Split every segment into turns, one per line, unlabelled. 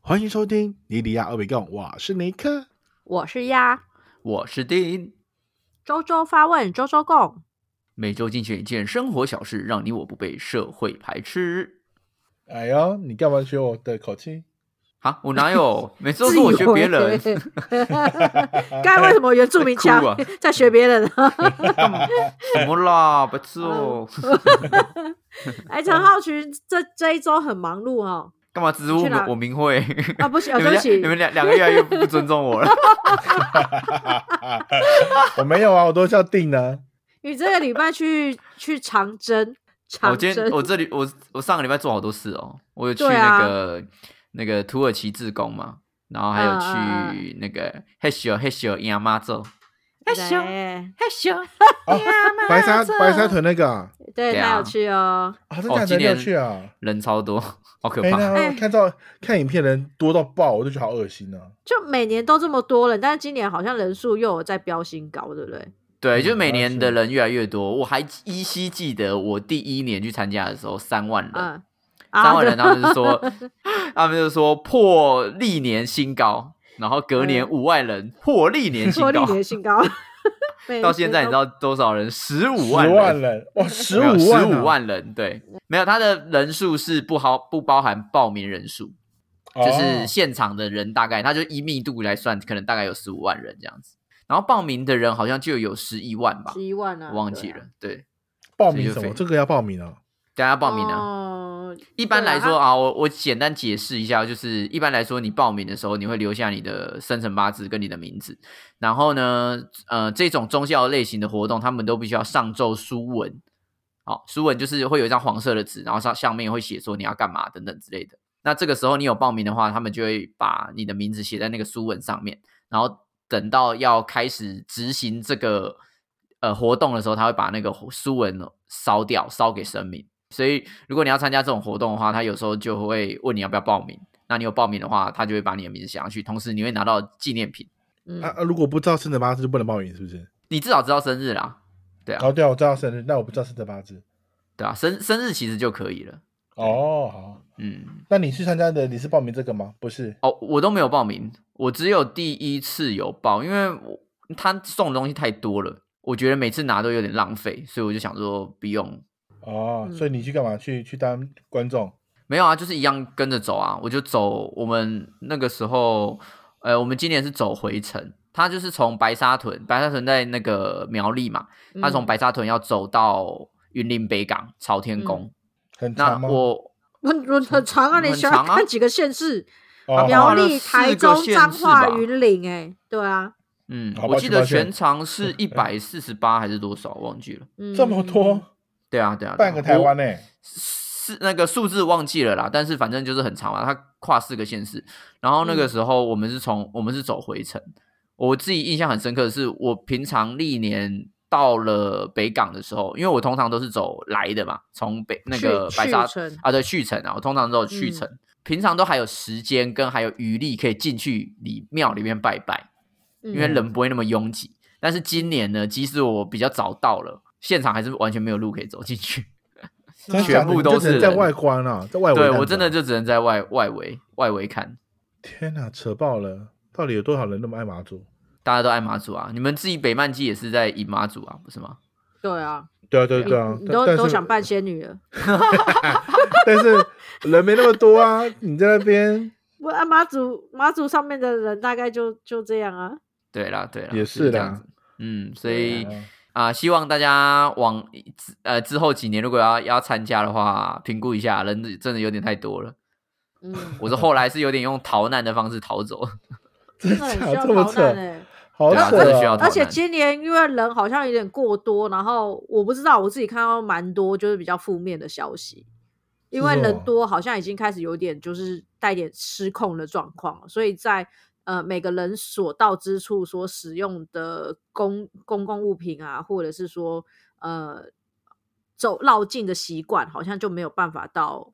欢迎收听尼里亚二维共，我是尼克。
我是鸭，
我是丁，
周周发问，周周共。
每周精选一件生活小事，让你我不被社会排斥。
哎呦，你干嘛学我的口气？
啊，我哪有？每次都是我学别人，
自以为 该为什么原住民腔
在哭啊
在学别人呢？
什么啦？不是哦，
哎，
嗯
陈浩群这这一周很忙碌哦。
干嘛指我
去哪
我明慧？
啊，不行，
你
啊，对
们
不
俩
起
你，们两两个越来越不尊重我了。
我没有啊，我都叫定呢、
你这个礼拜去去长征，
我
长
哦今天哦
征
我这里我我上个礼拜做好多事哦，我有去
对啊
那个、那个土耳其自贡嘛，然后还有
嗯嗯
去那个黑咻黑咻亚妈州，黑咻黑
对
咻
啊白沙白沙屯那个啊，
对，
对啊
他有去哦。
啊真
哦
假的
今
很有
年
趣啊！
人超多，好可
哎，
怕。
那
哎
看到看影片的人多到爆，我就觉得好恶心啊！
就每年都这么多人，但是今年好像人数又有在飙新高，对不对？
对，就
嗯
每
那
年
是
的人越来越多，我还依稀记得我第一年去参加的时候，三万人，
嗯，
三
啊
万人，
对
他们 就说，他们就说破历年新高，然后隔年
嗯
五万人破历年新
说历
高，
年新 高，每
到现在你
年
知
都
道多少人？十
十
五万
万人哇，十五
十
万，啊
五，万人，对，没有，他的人数是不包不包含报名人数，
哦
就是现场的人大概，他就依密度来算，可能大概有十五万人这样子，然后报名的人好像就有十一万吧
十，一万啊，
我忘
对
记
啊
了，对。
报名什
这就
么？
废
这个要报名啊！
大家报名啊！
哦
一般来
对
说
啊
啊，我我简单解释一下，就是一般来说，你报名的时候，你会留下你的生辰八字跟你的名字。然后呢，呃，这种宗教类型的活动，他们都必须要上奏书文。好、书文就是会有一张黄色的纸，然后上上面会写说你要干嘛等等之类的。那这个时候你有报名的话，他们就会把你的名字写在那个书文上面，然后等到要开始执行这个呃活动的时候，他会把那个书文烧掉，烧给神明。所以如果你要参加这种活动的话，他有时候就会问你要不要报名。那你有报名的话，他就会把你的名字写上去，同时你会拿到纪念品。
嗯
啊，啊如果不知道生辰八字就不能报名，是不是？
你至少知道生日啦，对啊，
哦，对啊，我知道生日，但我不知道生辰八字。
对啊，生生日其实就可以了。
哦，好，
嗯，
那你去参加的，你是报名这个吗？不是，
哦，我都没有报名，我只有第一次有报，因为我他送的东西太多了，我觉得每次拿都有点浪费，所以我就想说不用。
哦，
嗯
所以你去干嘛？去去当观众？
没有啊，就是一样跟着走啊，我就走我们那个时候，呃，我们今年是走回程，他就是从白沙屯，白沙屯在那个苗栗嘛，
嗯
他从白沙屯要走到云林北港朝天宫，
嗯
很
那
长吗？
我
很很很长啊，你
很
想
长啊
看几个县市？
哦
苗
花了
栗、
四
台
个
中、
县
彰
市
化、
吧
云林，哎，对啊，
嗯
好，抱
我
歉
记
抱
得
歉
全 长是一百四十八还是多少，忘记了。
嗯
这么多，
对啊，对啊，对
半
啊
个台湾呢、
是那个数字忘记了啦，但是反正就是很长啊，它跨四个县市。然后那
嗯
个时候我们是从、我们是走回程，我自己印象很深刻的是，我平常历年到了北港的时候，因为我通常都是走来的嘛，从北那个
去
白沙
去程
啊对去程啊，我通常都有去
嗯
程，平常都还有时间跟还有余力可以进去里庙里面拜拜。
因
嗯
因为人不会那么拥挤。但是今年呢，即使我比较早到了，现场还是完全没有路可以走进去。
真的
全
假的
部
你
都
就只能
是
在
人
外观啊，在外围
对
看
我真的就只能在外外围外围看，
天哪、扯爆了！到底有多少人那么爱马祖？
大家都爱马祖啊。你们自己北曼基也是在以马祖啊，不是吗？
对啊，
对啊，对啊，对啊，
你
但
都
但
都
是
想扮仙女了。
但是人没那么多啊，你在那边
不啊，马祖马祖上面的人大概就就这样啊。
对啦，对啦，
也
是这
啦
样子。嗯，所以
对啊
啊、希望大家往之呃之后几年，如果要要参加的话，评估一下，人真的有点太多了。
嗯，
我是后来是有点用逃难的方式逃走，
真
真
的
的
假
很需
的
要
这么
逃难
扯，
哎。
好
对啊
扯
真的需要
啊！
逃
而且
难
今年因为人好像有点过多，然后我不知道我自己看到蛮多就是比较负面的消息，因为
是哦
人多好像已经开始有点就是带点失控的状况了，所以在呃每个人所到之处所使用的公公共物品啊，或者是说呃走绕 境的习惯，好像就没有办法到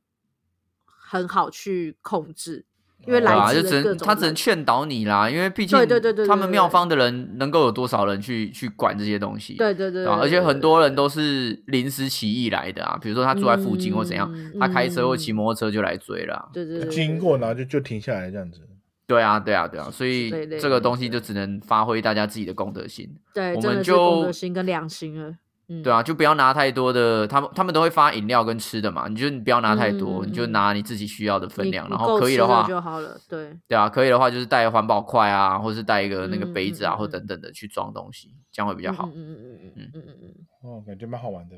很好去控制。因为
对啊
来
吧？
自
哦就
的
只
各
能
种
他只能
人
劝导你啦，因为毕竟
对对对对
他们
对
妙
对
方的人能够有多少人去去管这些东西？
对对对
对吧啊
对
而且
对
很
对
多人都是临时起意来的啊，比如说他住在附近或怎样，
嗯
他开车或骑
嗯
摩托车就来追了啊。
对对对
经过然后就就停下来这样子。
对啊，对啊，对啊，所以
对对对
这
嗯
个东西就只能发挥大家自己的公德心。
对，
我
真
们
的是公
就
德心跟良心了。嗯，
对啊，就不要拿太多的，他们他们都会发饮料跟吃的嘛，你就你不要拿太多，
嗯
你就拿你自己需要的分
你
量，
你
然后
够
可以
吃
的
了
话，
就好了。对，
对啊，可以的话就是带环保筷啊，或是带一个那个
嗯
杯子啊，
嗯嗯
或
嗯
等等的去装东西，这样会比
比
较好
嗯。嗯嗯嗯嗯嗯嗯嗯。
哦，感觉蛮好玩的。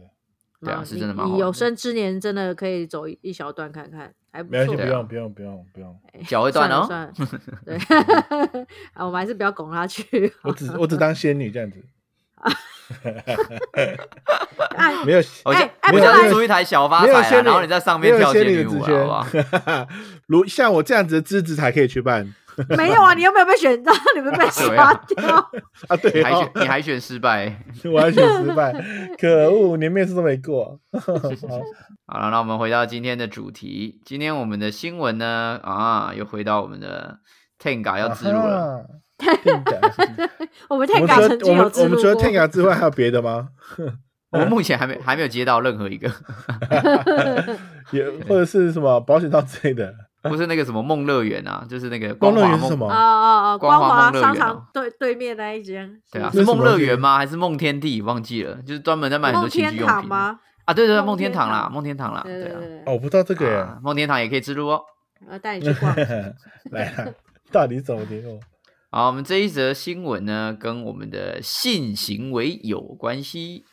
对啊
蛮
是真的
你
蛮好
你有
玩的
生之年真的可以走一一小段看看，还不
没关
错。
系，不
对啊
用不用不用不用，
脚会断
嗯算了
哦，
算了， 对，啊，我们还是不要拱 他去。
我只我只当仙女这样子，
哎，
没有
我
哎
就
哎
我
不
就
对
是租一台小发
没
财
有
啊，
仙女，
然后你在上
没
哦面
有
跳
仙
仙
女
女
的
舞
职
啊，好不好？
权， 如像我这样子的资质才可以去办
没有啊，你又没有被选到， 你们被
对
刷
啊
掉。
啊！对
你海选
哦，
你海选失败。
我要去失败，可恶，连面试都没 过。好
好了，那我们回到今天的主题，今天我们的新闻呢啊，又回到我们的 Tenga 要自入了。
啊哈 Tenga
我
我
们太
们
感曾
除了
经
我
有
们
自
我们
入
除了
过，
Tenga 之外，还有别的吗？
我们目前还没还没有接到任何一个，
也或者是什么保险套之类的？
不是那个什么梦乐园啊，就是那个
光
光
乐
华
园是什
梦，
么？
啊啊啊！
光
光
华
华
梦乐
商
园
场
哦
对对面那一间，
对啊，
那什
是
么
梦乐园
是
吗？还是梦天地？忘记了，就是专门在卖很
梦
多情
天
趣用
堂
品
吗？
啊，对对对，
梦
梦
天
天堂啦，
堂
梦天堂啦，
对
对
对
啊
对
哦，我不知道这个耶
啊，梦天堂也可以自入哦。
对，我带你去
嗯
逛。
啊
来啦，到底怎么哦联络？
好，我们这一则新闻呢，跟我们的性行为有关系。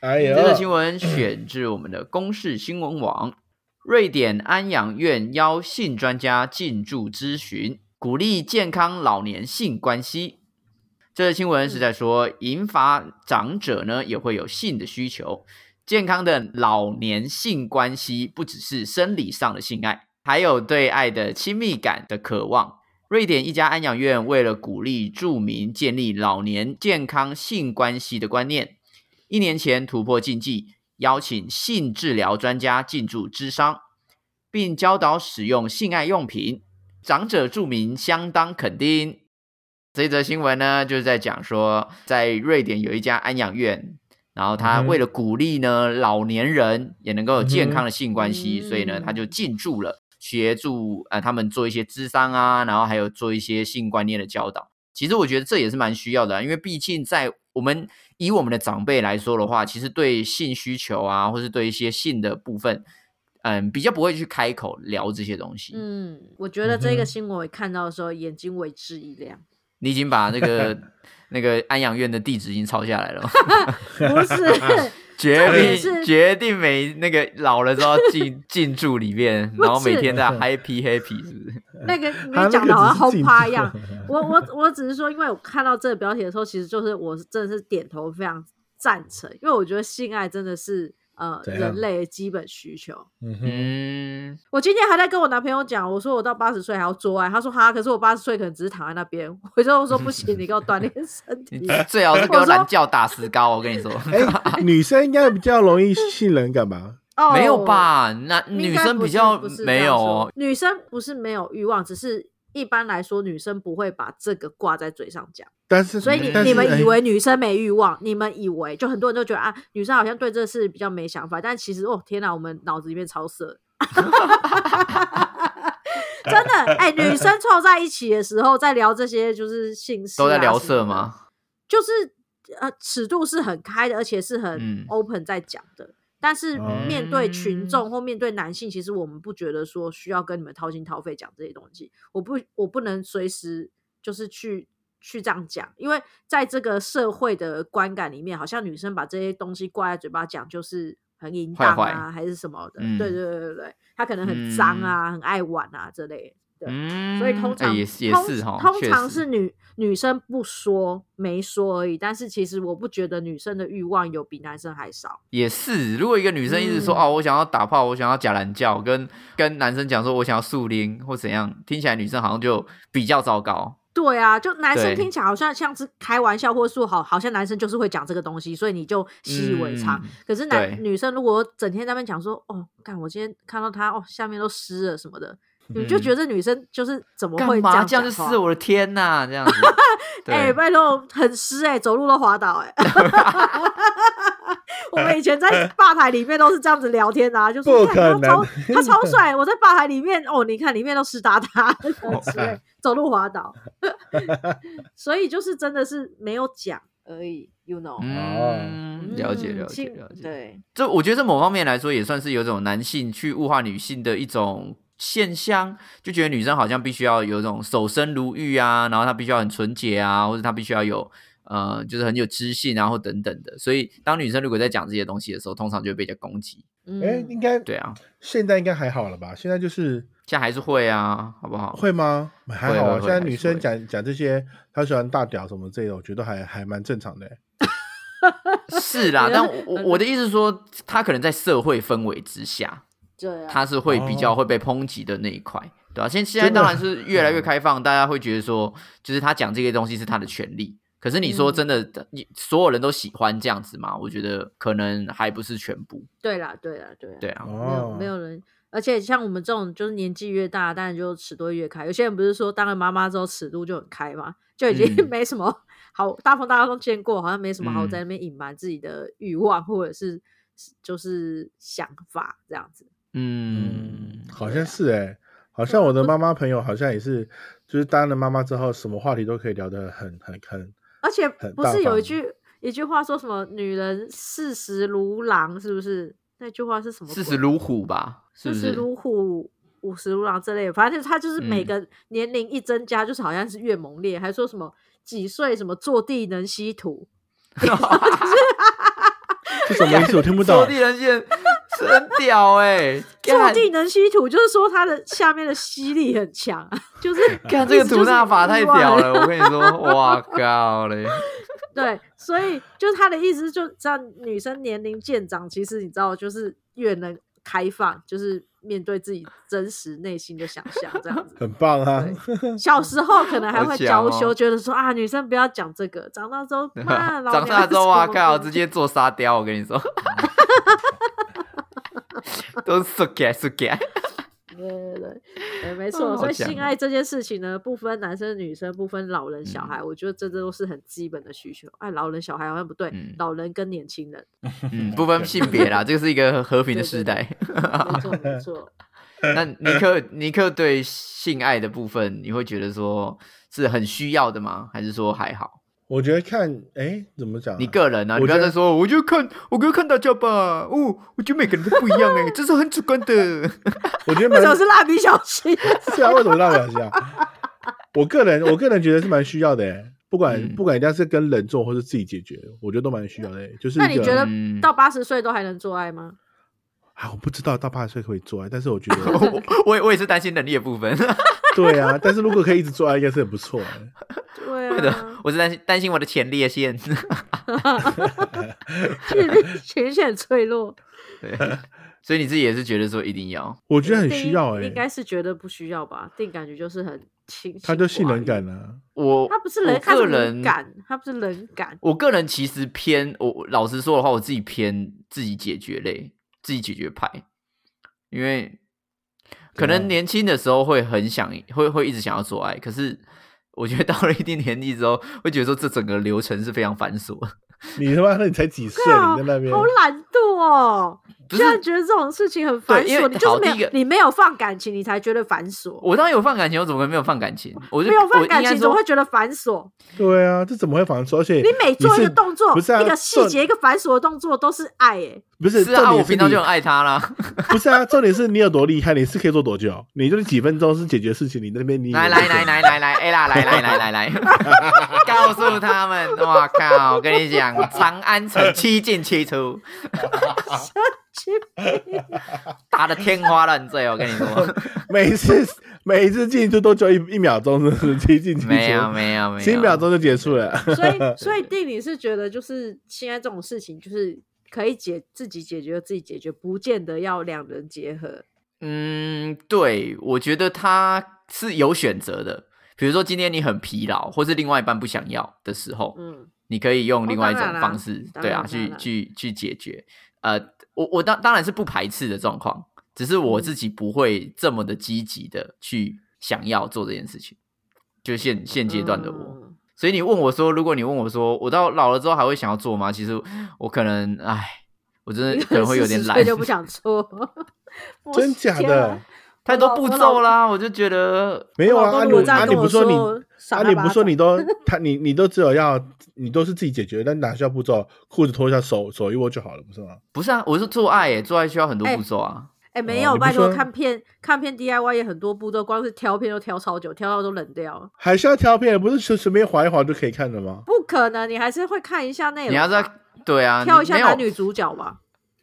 哎
这
呀，
则新闻选自我们的公视新闻网。瑞典安养院邀性专家进驻咨询，鼓励健康老年性关系。这则新闻是在说，银发长者呢也会有性的需求，健康的老年性关系不只是生理上的性爱，还有对爱的亲密感的渴望。瑞典一家安养院为了鼓励住民建立老年健康性关系的观念，一年前突破禁忌，邀请性治疗专家进驻咨商，并教导使用性爱用品。长者住民相当肯定。这则新闻呢，就是在讲说，在瑞典有一家安养院，然后他
嗯哼
为了鼓励呢老年人也能够有健
嗯哼
康的性关系，所以呢
嗯
他就进驻了，协助呃他们做一些咨商啊，然后还有做一些性观念的教导。其实我觉得这也是蛮需要的啊、因为毕竟在我们以我们的长辈来说的话，其实对性需求啊，或是对一些性的部分，嗯，比较不会去开口聊这些东西。
嗯，我觉得这
嗯
个
哼
新闻我看到的时候，眼睛为之一 亮。
你已经把 那个那个安养院的地址已经抄下来了，
不是，
决
点是
定决定每那个老了之后 进进驻里面，
不
然后每
是
天在 happy happy 是不是？
那 个你
他那
讲
个
的好像
只是
轰
进
趴
步
一样。我我我只是说，因为我看到这个标题的时候，其实就是我是真的是点头非常赞成，因为我觉得性爱真的是呃
怎
人
样
类的基本需求。
嗯哼，
嗯，
我今天还在跟我男朋友讲，我说我到八十岁还要做爱，他说哈，可是我八十岁可能只是躺在那边。我就说不行，你给我锻炼身
你
体。
最好是给
我
我
说
懒觉打石膏，我跟 你说，
哎，女生应该比较容易信任感吧？
哦，
没有？吧？那
应
女
该
生
不
比
是
较
不是
没
这
有
样说
哦，
女生不是没有欲望，只是一般来说女生不会把这个挂在嘴上讲。
但是
嗯
所以你
但是
你们
哎
以为女生没欲望，你们以为就很多人都觉得啊，女生好像对这事比较没想法，但其实哦天哪，我们脑子里面超色。 真 的，哎、女生凑在一起的时候，在聊这些就是性事、啊，
都在聊色吗？？
就是呃，尺度是很开的，而且是很
嗯哦
open 在讲的。但是
嗯
面对群众或面对男性，其实我们不觉得说需要跟你们掏心掏肺讲这些东西。我不，我不能随时就是去去这样讲，因为在这个社会的观感里面，好像女生把这些东西挂在嘴巴讲，就是很淫荡啊，
坏坏
还是什么的。
嗯
对对对对对，她可能很脏啊，很爱玩啊之类的。对
嗯，
所以通常、
哎也是也
通
是哈，
通
确
常
实
是女女生不说没说而已。但是其实我不觉得女生的欲望有比男生还少。
也是。如果一个女生一直说、
嗯
哦，我想要打炮，我想要假懒觉，跟跟男生讲说我想要树林或怎样，听起来女生好像就比较糟糕。
对啊，就男生
对
听起来好像像是开玩笑，或是说好，好像男生就是会讲这个东西，所以你就习以为常。
嗯
可是男
对
女生如果整天在那边讲说，哦，看我今天看到他哦，下面都湿了什么的，你就觉得这女生就是怎么会
嗯干嘛？
这
这
样
样就
讲话
是我的天呐、这样 子。
哎、
对，
拜托，很湿哎、走路都滑倒哎、 我们以前在吧台里面都是这样子聊天 的、啊，就说
不
看
可能
他超 他超帅，我在吧台里面哦，你看里面都湿哒哒，
哦
很湿欸 走路滑倒，所以就是真的是没有讲而已，you know，
嗯，了解
嗯
了解
性
了解。
对，
这我觉得这某方面来说也算是有种男性去物化女性的一种现象，就觉得女生好像必须要有一种守身如玉啊，然后她必须要很纯洁啊，或者她必须要有呃，就是很有知性啊，然后等等的。所以当女生如果在讲这些东西的时候，通常就会被人家攻击。
嗯，，
哎，应该
对啊，
现在应该还好了吧？现在就是
现在还是会啊，好不好？
会吗？还好
会
啊，
会
现在
还
女
是
生
会
讲讲这些，她喜欢大屌什么之类的，我觉得还还蛮正常的欸。
是啦但我我我的意思是说，她可能在社会氛围之下，
对啊，
他是会比较会被抨击的那一块，对吧、现现
哦
在
真的嗯
当然是越来越开放，大家会觉得说，就是他讲这些东西是他的权利。可是你说
嗯
真的，你、所有人都喜欢这样子吗？我觉得可能还不是全部。
对啦，对啦，对啦，
对啊，
没有
哦，
没有人，而且像我们这种就是年纪越大，当然就尺度会越开。有些人不是说当了妈妈之后尺度就很开嘛，就已经
嗯
没什么好、大风大家都见过，好像没什么好
嗯
在那边隐瞒自己的欲望、或者是就是想法这样子。
嗯，
好像是哎、好像我的妈妈朋友好像也是，就是当了妈妈之后，什么话题都可以聊得很很很。
而且
很
不
大
是有一
方
句一句话说什么“女人四十如狼”是不是？那句话是什么鬼？
四十如虎吧，是
四
不
十
是？
如虎，五十如狼之类的，反正他就是每
嗯
个年龄一增加，就是好像是越猛烈，还说什么几岁什么坐地能吸土，
这什么意思？我听不
坐
懂。
地人线是很屌哎、
坐
干
地能吸土就是说他的下面的吸力很强 啊，就是
干
意
这个
思就
吐
是
纳法太
意外
屌了，我跟你说，哇靠嘞！
对，所以就是他的意思，就这样，女生年龄渐长，其实你知道，就是越能开放，就是面对自己真实内心的想象这样子。
很 棒啊！
对，小时候可能还
好
会
强
娇
哦
羞，觉得说啊，女生不要讲这个。长大之 后，妈，老
长
娘
大之后啊，
什么
靠，
鬼
直接做沙雕，我跟 你说，都是缩起来缩起来。
对对对，对 没
嗯
错。
好
所以
强
性
哦嗯
爱这件事情呢，不分男生女生，不分老人小孩，我觉得这这都是很基本的需求。哎，老人小孩好像不对，
嗯
老人跟年轻 人，
嗯，不分性别啦，这个是一个和平的时代。
没错没错。
那 尼克，尼克对性爱的部分，你会觉得说是很需要的吗？还是说还好？
我觉得看，哎，怎么讲啊、
你个人呢、
我
你不要
觉得
再说，我就看，我就看大家吧。哦，我觉得每个人都不一样哎、 这是很主观的。
我觉得
为
蛮
什么是蜡笔小新？
是啊，为什么让我想啊？我个人，我个人觉得是蛮需要的、欸，不管、
嗯
不管人家是跟人做或是自己解决，我觉得都蛮需要的欸、就是
那
一
你
个
觉得
嗯
到八十岁都还能做爱吗？
啊，我不知道到八十岁可以做爱，但是我觉得
我我也我也是担心能力的部分，
对啊，但是如果可以一直做爱，应该是很不错、欸。
对
对的
啊，，
我是担心担心我的前列腺。
前 列前线脆弱，
对， 所以你自己也是觉得说一定要，
我觉得很
定
需要哎、
应该是觉得不需要吧？定感觉就是很清，
他就
性
性能
感，
感啊，
我
他不是
我
人，他
个
是冷
人
感，他不是冷感。
我个人其实偏我我老实说的话，我自己偏自己解决类，自己解决派，因为可
怎样
能年轻的时候会很想，会会一直想要做爱，可是我觉得到了一定年纪之后，会觉得说这整个流程是非常繁琐的，
你他妈的你才几岁，
靠
你在那边
好懒惰哦！
不
居然
是。
觉得这种事情很繁
对因
琐，
为
你就是
好
没
第一
有
个
你没有放感情，你才觉得繁琐。
我当然有放感情，我怎么可能没有放感情？我就
没有
我
放
应
感
该
情，怎
说
么会觉得繁琐？
对啊，这怎么会反错？而且
你每做一个
是
动作，
不是啊
一个细
重
节，一个繁琐的动作，都是爱欸耶、
不是
是啊，
重
我
点是
平常
你
就很爱他啦。
不是啊，重点是你有多厉害，你是可以做多久？你就是几分钟是解决事情，你那边你
来来来来来来，哎啦，来来来来来，告诉他们，我靠，我跟你讲，长安城七进七出，打的天花乱坠，我跟你说，
每次每一次进去都就一一秒钟，是不是？七进七
没有
出，
没有没有，啊
七秒钟就结束了。
所以， 所以定你是觉得，就是现在这种事情，就是可以解自己解决，自己解决，不见得要两人结合。
嗯，对，我觉得他是有选择的，比如说今天你很疲劳，或是另外一半不想要的时候，
嗯，
你可以用另外一种
当然啦
方式，
当
对
然
啊，
当
去
然
去去解决。呃，我我当当然是不排斥的状况，只是我
嗯
自己不会这么的积极的去想要做这件事情，就现现阶段的我。
嗯
所以你问我说，如果你问我说，我到老了之后还会想要做吗？其实
嗯
我可能，哎，我真
你
的可能会有点
40
懒
岁，就不想做，我
真假
天
的
啊？
太多步骤。啦，我就觉得
没有
我
啊，
老公
阿
如
鲁
果这
阿
样
你
跟
不
我
说
说，
你
赏
阿啊
他
你
巴
不说
掌
你都他你你都只有要你都是自己解决，但哪需要步骤？裤子脱下手手一握就好了，不是吗？
不是啊，我是做爱耶，做爱需要很多步骤啊。
哎、没
哦
有，
你不
拜托，
说
看片看片 DIY 也很多步骤，光是挑片都挑超久，挑到都冷掉了。
还是要挑片，不是随随便划一划就可以看的吗？
不可能，你还是会看一下内容吧，
你要在对啊，
挑一
你
下
没有
男女主角吧。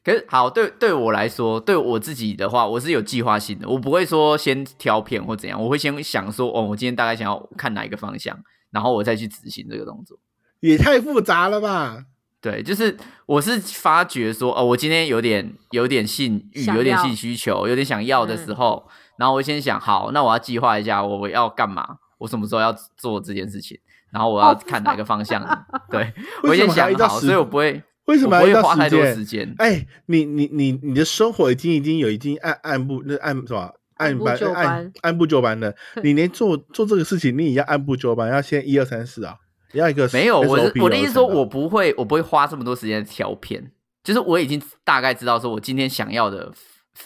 可是好，对对我来说，对我自己的话，我是有计划性的，我不会说先挑片或怎样，我会先想说，哦，我今天大概想要看哪一个方向，然后我再去执行这个动作。
也太复杂了吧？
对，就是我是发觉说，哦，我今天有点有点性欲，
想
有点
要嗯
性需求，有点想要的时候，然后我先想，好，那我要计划一下，我我要干嘛，我什么时候要做这件事情，然后我要
好复杂
看哪个方向， 对我
为什
先
么还
想
要一到
好，
时？
所以我不会，
为什么
我
还
不会
要一
花
到
太
时
多时
间？
间？
哎，你你你你的生活已经已经有已经按按部那按什么？按
按部
班
就
按
班
按部就班 的，你连做做这个事情你也要按部就班，要先一二三四啊，要一个
没有，我是
SOP
我的意思说，
流程啊
我不会，我不会花这么多时间挑片，就是我已经大概知道说我今天想要的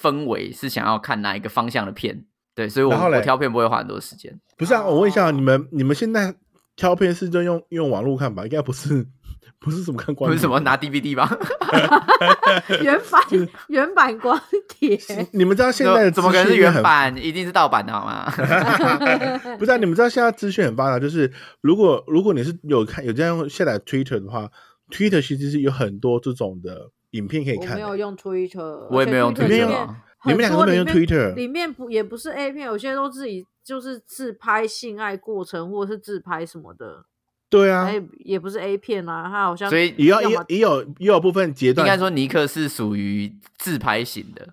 氛围是想要看哪一个方向的片，对，所以我
然后嘞
我挑片不会花很多时间。
不是啊，我问一下，
哦
你们你们现在挑片是就用用网络看吧？应该不是 不是什么看光
不是什么拿 DVD 吧？
原版原版光碟，
你们知道现在的
怎么可能
资
是
讯也
原
很？
版？一定是盗版的 好吗？
不是啊，你们知道现在资讯很发达，就是如果如果你是有看有这样下载 Twitter 的话，Twitter 其实是有很多这种的影片可以
我
看
没有
的。
用 Twitter，
我也没有用
而且
Twitter
里
啊
面
你们两个都
很多
没有用
里面
Twitter
里面不也不是 A 片，有些都自己就是自拍性爱过程或者是自拍什么的，
对啊
哎、，也不是 A 片啊，它好像
所以
也要
要
也
么
也有也有部分截
应该
断，
说尼克是属于自拍型的，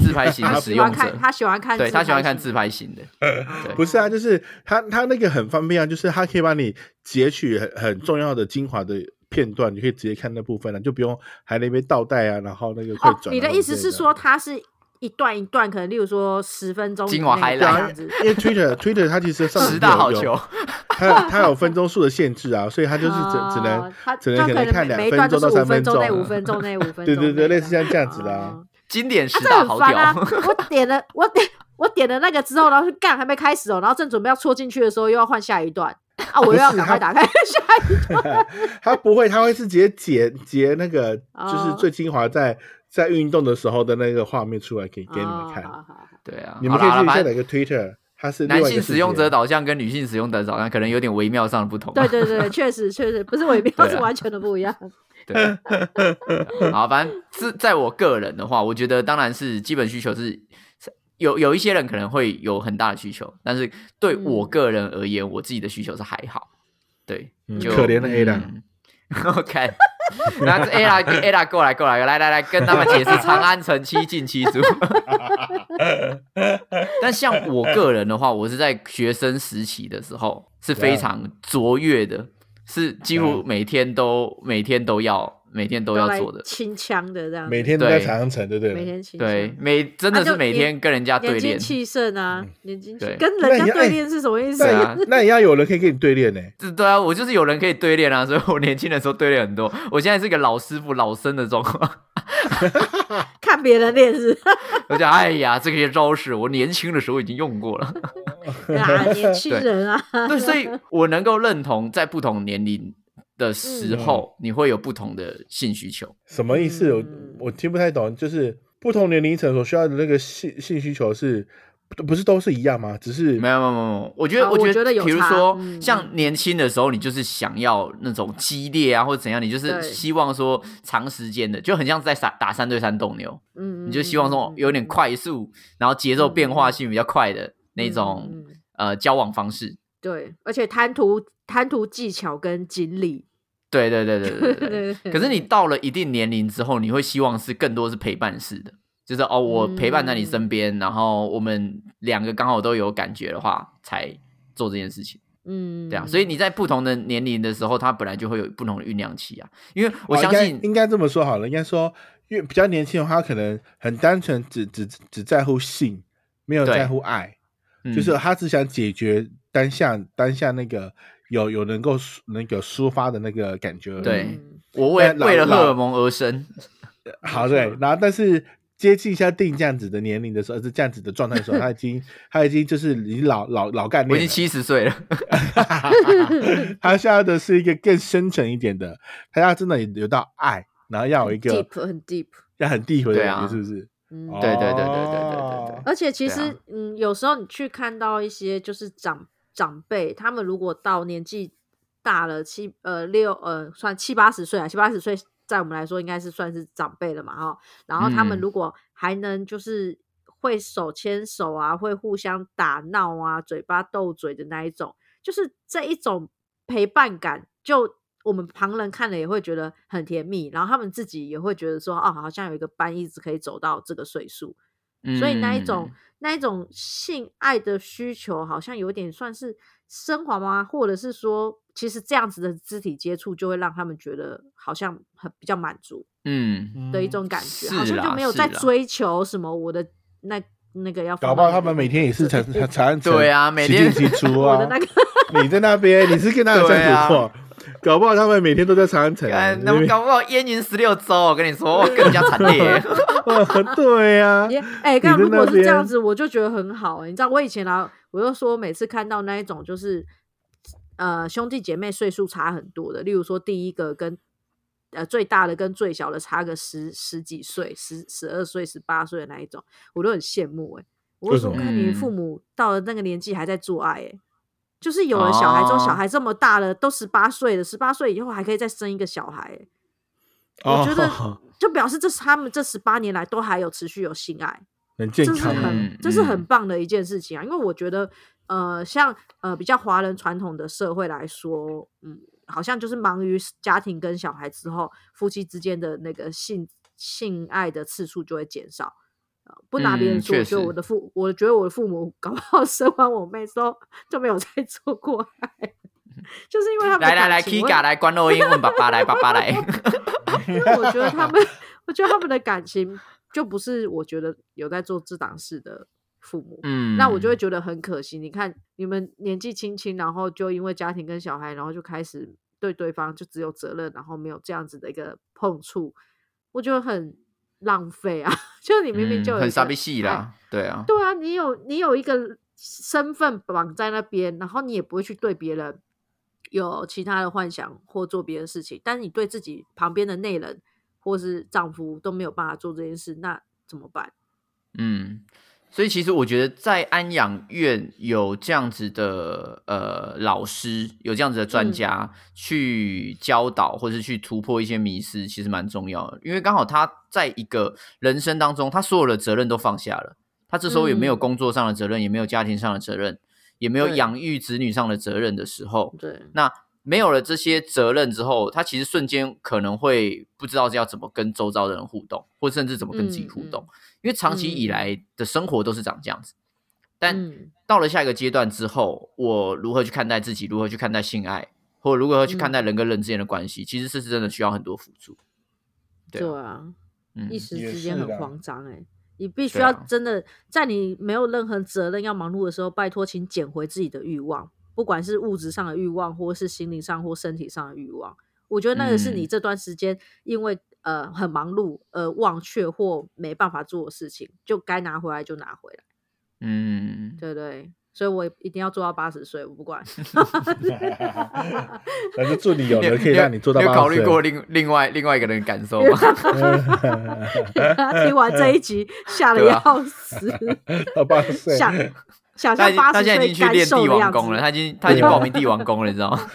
自拍型的使
喜欢
用
看
者，
他喜欢看，
对他喜欢看自，拍型的。 对
不
哦
是啊，就是它它那个很方便啊，就是它可以帮你截取很很重要的精华的片段，你可以直接看那部分啊了、就不用还那边倒带啊，然后那个快
哦
转啊、，
你的意思是说它是一段一段，可能例如说十分钟
精华
以内这
highlight
对啊
样子，，
因为 Twitter Twitter 它其实上面
十大好
有
球，，
它有它有分钟数的限制啊，所以它就是只只
哦
能
它
只能可
就可
能
能
看
每
两
每一
分
段
钟
就
到
是五
三
分
钟
钟内
啊
五分钟内五分 钟
对对对，
内
类似像这样子的啊
哦。
经典十
这
大
很
好
烦啊
屌。！
我点了，我点 我点了那个之后，然后就干还没开始哦，然后正准备要戳进去的时候，又要换下一段啊！我又要
不是
赶快
它
打开 下一段。
他不会，他会是直接截截那个，就是
哦
最精华在在运动的时候的那个画面出来，给给你们看
哦。好好好
对啊，
你们
好
可以
啦好
去
啦
下载
反正
一个 Twitter，它是另
男
外一
性
个
使用
世
者
界啊
导向跟女性使用者导向可能有点微妙上的不同啊。
对对对，确实确实不是我也
对
标
啊
是完全的不一样。
对， 好，反正是在我个人的话，我觉得当然是基本需求是是有有一些人可能会有很大的需求，但是对我
嗯
个人而言，我自己的需求是还好。对，
嗯
就
可怜的 A 啦。
OK，那 这 A 啦 A 啦过来过来来来来，跟他们解释长安城七进七出。 但像我个人的话，我是在学生时期的时候是非常卓越的，是几乎每天都每天都要每天都要
来
做的。
清腔的这样子，
每天都在
对
长安城，对不
每
对？
天清腔
对，每真的
啊就是
每天跟人家对
年
练嗯
轻，气盛啊，年轻气
对
跟
那
人
你要
家
哎
对练是什么意思
那
对
也、
啊
啊？
那也要有人可以跟你对练呢、
这对啊，我就是有人可以对练啊，所以我年轻的时候对练很多。我现在是个老师傅、老生的状况，
看别人 练是
我讲哎呀，这些招式我年轻的时候已经用过 了。
啊，年轻人啊，
对，所以我能够认同，在不同年龄
嗯
的时候，你会有不同的性需求。
什么意思？我
嗯
我听不太懂。就是不同年龄层所需要的那个性性需求是，不不是都是一样吗？只是
没有没有没有没有，我觉得、
啊
觉
我觉得有
比如
差
说、
嗯
像年轻的时候，你就是想要那种激烈啊，或者怎样，你就是
对
希望说长时间的，就很像在打打三对三斗牛，
嗯，
你就希望说有点快速，然后节奏变化性比较快的那种、
嗯嗯嗯
呃交往方式。
对，而且贪图贪图技巧跟精力，
对对对对对 对对。
对，
可是你到了一定年龄之后，你会希望是更多是陪伴式的，就是哦，我陪伴在你身
嗯
边，然后我们两个刚好都有感觉的话，才做这件事情，
嗯，
对啊。所以你在不同的年龄的时候，它本来就会有不同的酝酿期啊，因为我
哦应
相
该
信，
应该这么说好了，应该说因为比较年轻的话，他可能很单纯，只只只在乎性，没有
对
在乎爱，
嗯
就是他只想解决当下当下那个有有能够抒那个抒发的那个感觉而已。
对
嗯
我为
那老
为了
老
荷尔蒙而生，
好对，然后但是接近像定这样子的年龄的时候，呃是这样子的状态的 时候，他已经他已经就是已经老老老干
我已
练
经
了，
七十岁了。
他需要的是一个更深沉一点的，他要真的有到爱，然后要有一个
deep 很 deep，
要很地回的
对
感
啊
觉，是不是？
嗯，哦
哦
对对对对对对对
而且其
对
实，
啊
嗯，有时候你去看到一些就是长长辈，他们如果到年纪大了七呃六呃算七八十岁啊，七八十岁在我们来说应该是算是长辈了嘛哈。然后他们
嗯
如果还能就是会手牵手啊，会互相打闹啊，嘴巴斗嘴的那一种，就是这一种陪伴感，就我们旁人看了也会觉得很甜蜜，然后他们自己也会觉得说，哦，好像有一个班一直可以走到这个岁数。
嗯
所以那一种、那一种性爱的需求，好像有点算是升华吗？或者是说，其实这样子的肢体接触就会让他们觉得好像很比较满足
嗯，
的一种感觉，好像
是
就
啦
没有
是
在
啦
追求什么我的那那个要
嗯搞
放
不
到
好
你
他
的
们每天也是 常常 常
对啊每
习
天
进习出
我
啊
的。那个
你在那边，你是跟他有
对
相
啊
处过，搞不好他们每天都在长安城啊。
哎，
你
那
那
我
边
搞不好烟云十六州，我跟你说，我更加惨 烈。
哦对呀，
也哎，
你
刚
在
如
那
果是这样
边
子，我就觉得很好、欸。你知道我以前啊，我就说每次看到那一种就是呃兄弟姐妹岁数差很多的，例如说第一个跟呃最大的跟最小的差个十十几岁、十十二岁、十八岁的那一种，我都很羡慕哎、我就
为什
说
么
看你
嗯
父母到了那个年纪还在做爱哎、就是有了小孩之后，小
哦
孩这么大了，都十八岁了，十八岁以后还可以再生一个小孩、欸，我觉得
哦
就表示这是他们这十八年来都还有持续有性爱。
很健
这是
康啊。
很
嗯
这是很
嗯
棒的一件事情啊，因为我觉得呃，像呃比较华人传统的社会来说，嗯，好像就是忙于家庭跟小孩之后，夫妻之间的那个性性爱的次数就会减少。呃不拿别人
嗯
说，我
确
觉得
实
我的父，我觉得我的父母搞不好 生完我妹之后就没有再做过爱， 就是因为他们的
来来
感
来
情问
，Kika 来关录音，问爸爸来，爸 爸来。
因为我觉得 他们，我觉得他们的感情就不是我觉得有在做这档事的父母，
嗯，
那我就会觉得很可惜。你看，你们年纪轻轻，然后就因为家庭跟小孩，然后就开始对对方就只有责任，然后没有这样子的一个碰触，我觉得很浪费啊！ 就是你明明就
嗯
有、
很傻逼戏，啦，对啊，
对啊，你有你有一个身份绑在那边，然后你也不会去对别人有其他的幻想或做别的事情，但是你对自己旁边的内人或是丈夫都没有办法做这件事，那怎么办？
嗯，所以其实我觉得在安养院有这样子的呃老师，有这样子的专
嗯
家、去教导，或是去突破一些迷失，其实蛮重要的。因为刚好他在一个人生当中，他所有的责任都放下了，他这时候也没有
嗯
工作上的责任，也没有家庭上的责任，也没有
对
养育子女上的责任的时候，
对，
那没有了这些责任之后，他其实瞬间可能会不知道要怎么跟周遭的人互动，或甚至怎么跟自己互动，
嗯
因为长期以
嗯
来的生活都是长这样子。但啊
嗯
到了下一个阶段之后，我如何去看待自己，如何去看待性爱，或如何去
嗯
看待人跟人之间的关系，其实是真的需要很多付出。对啊
对啊，
嗯
一时
也
之间
是
很
啦
慌张哎、你必须
对
要
啊
真的在你没有任何责任要忙碌的时候，拜托请捡回自己的欲望，不管是物质上的欲望，或是心灵上或身体上的欲望。我觉得那个是你
嗯
这段时间因为、呃很忙碌呃忘却或没办法做的事情，就该拿回来就拿回来，
嗯，
对不对？所以我一定要做到八十岁，我不 管。
那就祝你有
你
人可以让你做到
你有
八
考
十
虑
岁。
过另另外另外一个人的 感受吗？
听完这一集，吓得
对啊
要 死，
到 八十岁，
想想
他
象
已经
八
他
十
现在已
岁
经去
干
练
瘦
帝
的
王
样
功了，
子。
他已经他已经
啊
报名帝王功了，你知道吗？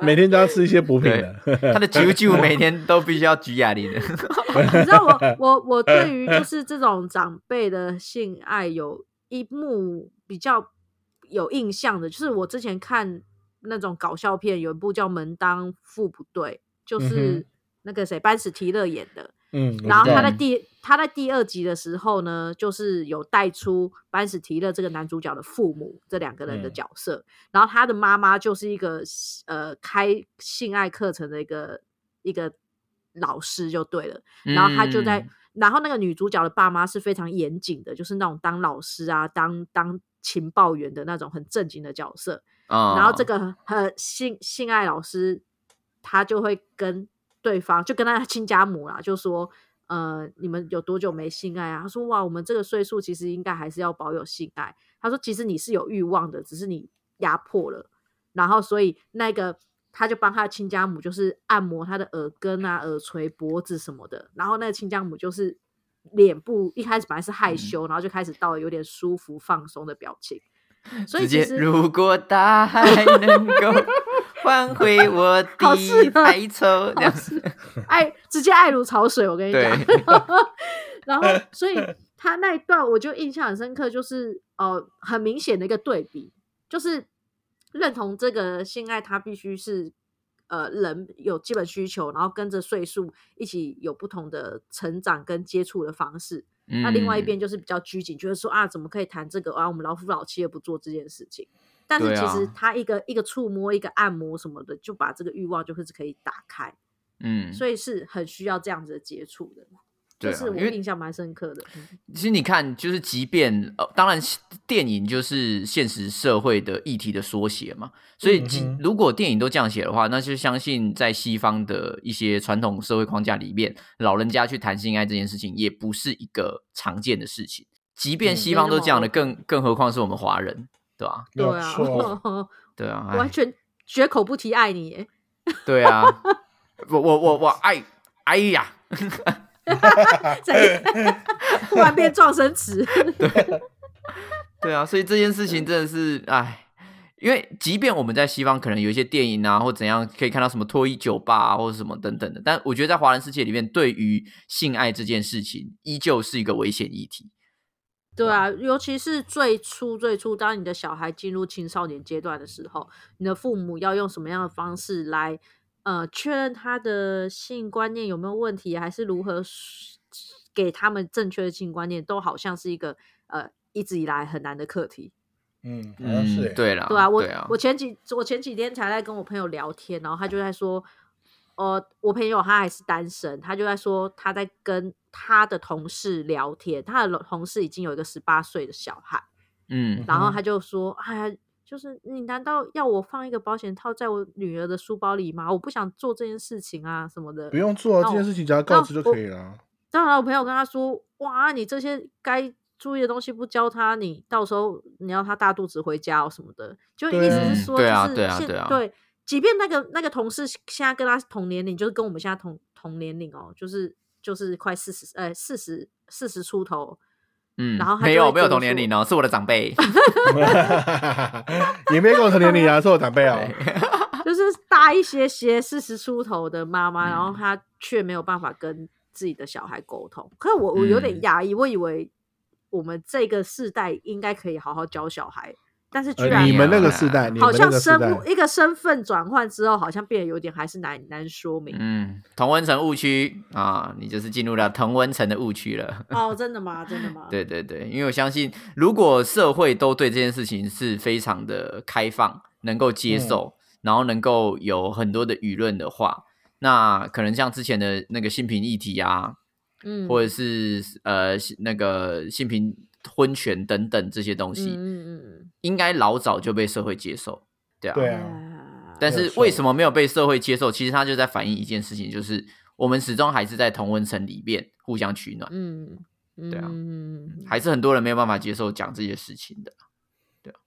每天都要吃一些补品的。
他的啾啾每天都必须要举哑铃的。
你知 道我我我对于
嗯
就是这种长辈的性爱有一幕比较有印象的，就是我之前看那种搞笑片，有一部叫《门当户不对》，就
嗯
是那个谁班史提勒演的。
嗯，
然后
我知道
他在第他在第二集的时候呢，就是有带出班史提勒这个男主角的父母这两个人的
嗯
角色，然后他的妈妈就是一个呃开性爱课程的一个一个老师就对了。 然后他就在，
嗯
然后那个女主角的爸妈是非常严谨的，就是那种当老师啊，当当情报员的那种很正经的角色。
啊，
然后这个呃性性爱老师，他就会跟对方就跟他的亲家母啦，就说呃你们有多久没性爱啊？他说哇，我们这个岁数其实应该还是要保有性爱。他说其实你是有欲望的，只是你压迫了。然后所以那个他就帮他的亲家母就是按摩他的耳根啊、耳垂、脖子什么的。然后那个亲家母就是脸部一开始本来是害
嗯
羞，然后就开始到了有点舒服放松的表情。所以其
直接，
实
如果大海能够换回我
好啊
的
适合
哀愁，这样
哦是爱直接爱如潮水，我跟你讲。
对
然 后，所以他那一段我就印象很深刻，就是呃，很明显的一个对比，就是认同这个性爱，它必须是呃人有基本需求，然后跟着岁数一起有不同的成长跟接触的方式。那另外一
嗯
边就是比较拘谨，觉得说啊，怎么可以谈这个啊？我们老夫老妻也不做这件事情。但是
对
其实
啊
他一个、一个触摸、一个按摩什么的，就把这个欲望就是可以打开。
嗯，嗯
所以是很需要这样子的接触的，这
对啊
是我
因为
印象蛮深刻的。嗯
其实你看，就是即便呃，当然电影就是现实社会的议题的缩写嘛，所以即、
嗯哼
如果电影都这样写的话，那就相信在西方的一些传统社会框架里面，老人家去谈性爱这件事情也不是一个常见的事情。即便
嗯
西方都这样
没
的，
那
更更何况是我们华人，对吧、
没有
对啊，
错
对啊，哎
完全绝口不提爱你耶，
对 啊，我我我我爱，哎呀，啊
在突然变撞声词。
对啊，所以这件事
嗯
情真的是，哎，因为即便我们在西方可能有一些电影啊或怎样可以看到什么脱衣酒吧、啊、或者什么等等的，但我觉得在华人世界里面，对于性爱这件事情依旧是一个危险议题。
对啊，尤其是最初最初，当你的小孩进入青少年阶段的时候，你的父母要用什么样的方式来呃确认他的性观念有没有问题，还是如何给他们正确的性观念，都好像是一个呃一直以来很难的课题。
嗯，好像是
嗯，
欸，
对啦，
对啊，我
对啊，
我前几我前几天才在跟我朋友聊天，然后他就在说，呃，我朋友他还是单身，他就在说他在跟他的同事聊天，他的同事已经有一个十八岁的小孩，
嗯
然后
嗯
他就说，哎呀。就是你难道要我放一个保险套在我女儿的书包里吗？我不想做这件事情啊什么的。
不用做啊，
那
这件
我
事情只要告知就可以了。
当然，我朋友跟他说：“哇，你这些该注意的东西不教他，你到时候你要他大肚子回家哦什么的。”就
对
意思
啊
是说，
对啊
就是
对啊
现
对啊
即便那个那个同事现在跟他同年龄，就是跟我们现在同同年龄哦，就是就是快四十，呃，四十四十出头，
嗯，
然后他就
没有
会
没有
觉得
同年
说
龄哦，是我的长 辈。
也没有跟我同年龄啊，是我长辈哦。
对
就是大一些些四十出头的妈妈，然后
嗯
她却没有办法跟自己的小孩沟通。可是我我有点
嗯
压抑，我以为我们这个世代应该可以好好教小孩，但是居
呃
然
你
也
们那个
有
时
啦
代，你
啊好
们那
像
个时代
身，一个身份转换之后，好像变得有点还是难难说明。
嗯，同温层误区啊，你就是进入了同温层的误区了。
嗯
哦，真的吗？真的 吗？
对对对，因为我相信，如果社会都对这件事情是非常的开放，能够接受，然后能够有很多的舆论的话，那可能像之前的那个性平议题啊，
嗯，
或者是呃那个性平婚权等等这些东
嗯
西，
嗯
应该老早就被社会接受，对啊。
对
嗯
啊，
嗯，
但
没有
是
错
为什么没有被社会接受？其实它就在反映一件事情，就是我们始终还是在同温层里面互相取暖，
嗯嗯，
对啊
嗯
还是很多人没有办法接受讲这些事情的。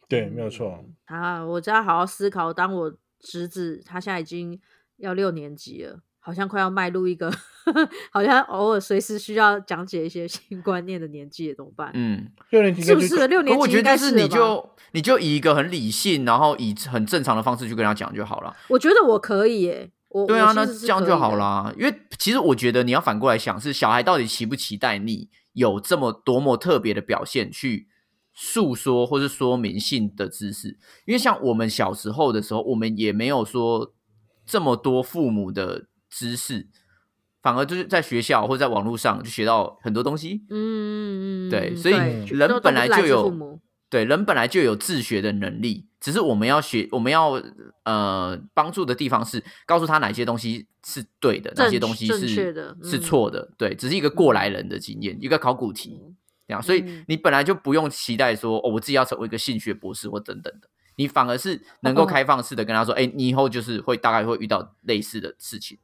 对，没有错。
啊，我就要好好思考。当我侄子他现在已经要六年级了，好像快要迈入一个 好像偶尔随时需要讲解一些新观念的年纪了，怎么办？
嗯，
六年级
是不
应该就是
六
可
年
我
级
觉
应
得
该
就是
了
你
吧
就你就以一个很理性，然后以很正常的方式去跟他讲就好了。
我觉得我可以耶、我
对
我
啊，
其
那
实是
这样
可
就
以
好
的。
啦。因为其实我觉得你要反过来想，是小孩到底期不期待你有这么多么特别的表现去诉说或是说明性的知识？因为像我们小时候的时候，我们也没有说这么多父母的知识，反而就是在学校或者在网络上就学到很多东西。
嗯嗯嗯，
对，
嗯
所以
对
嗯
都
人
都
本
不
来
是来
就
自
有
父母
对人本来就有自学的能力，只是我们要学，我们要呃帮助的地方是告诉他哪些东西是对的，
正
哪些东西
正确
是
的
是
嗯
错的。对，只是一个过来人的经验，一个考古题这样。所以
嗯
你本来就不用期待说哦，我自己要成为一个性学博士或等等的，你反而是能够
哦
开放式的跟他说，哎、你以后就是会大概会遇到类似的事情。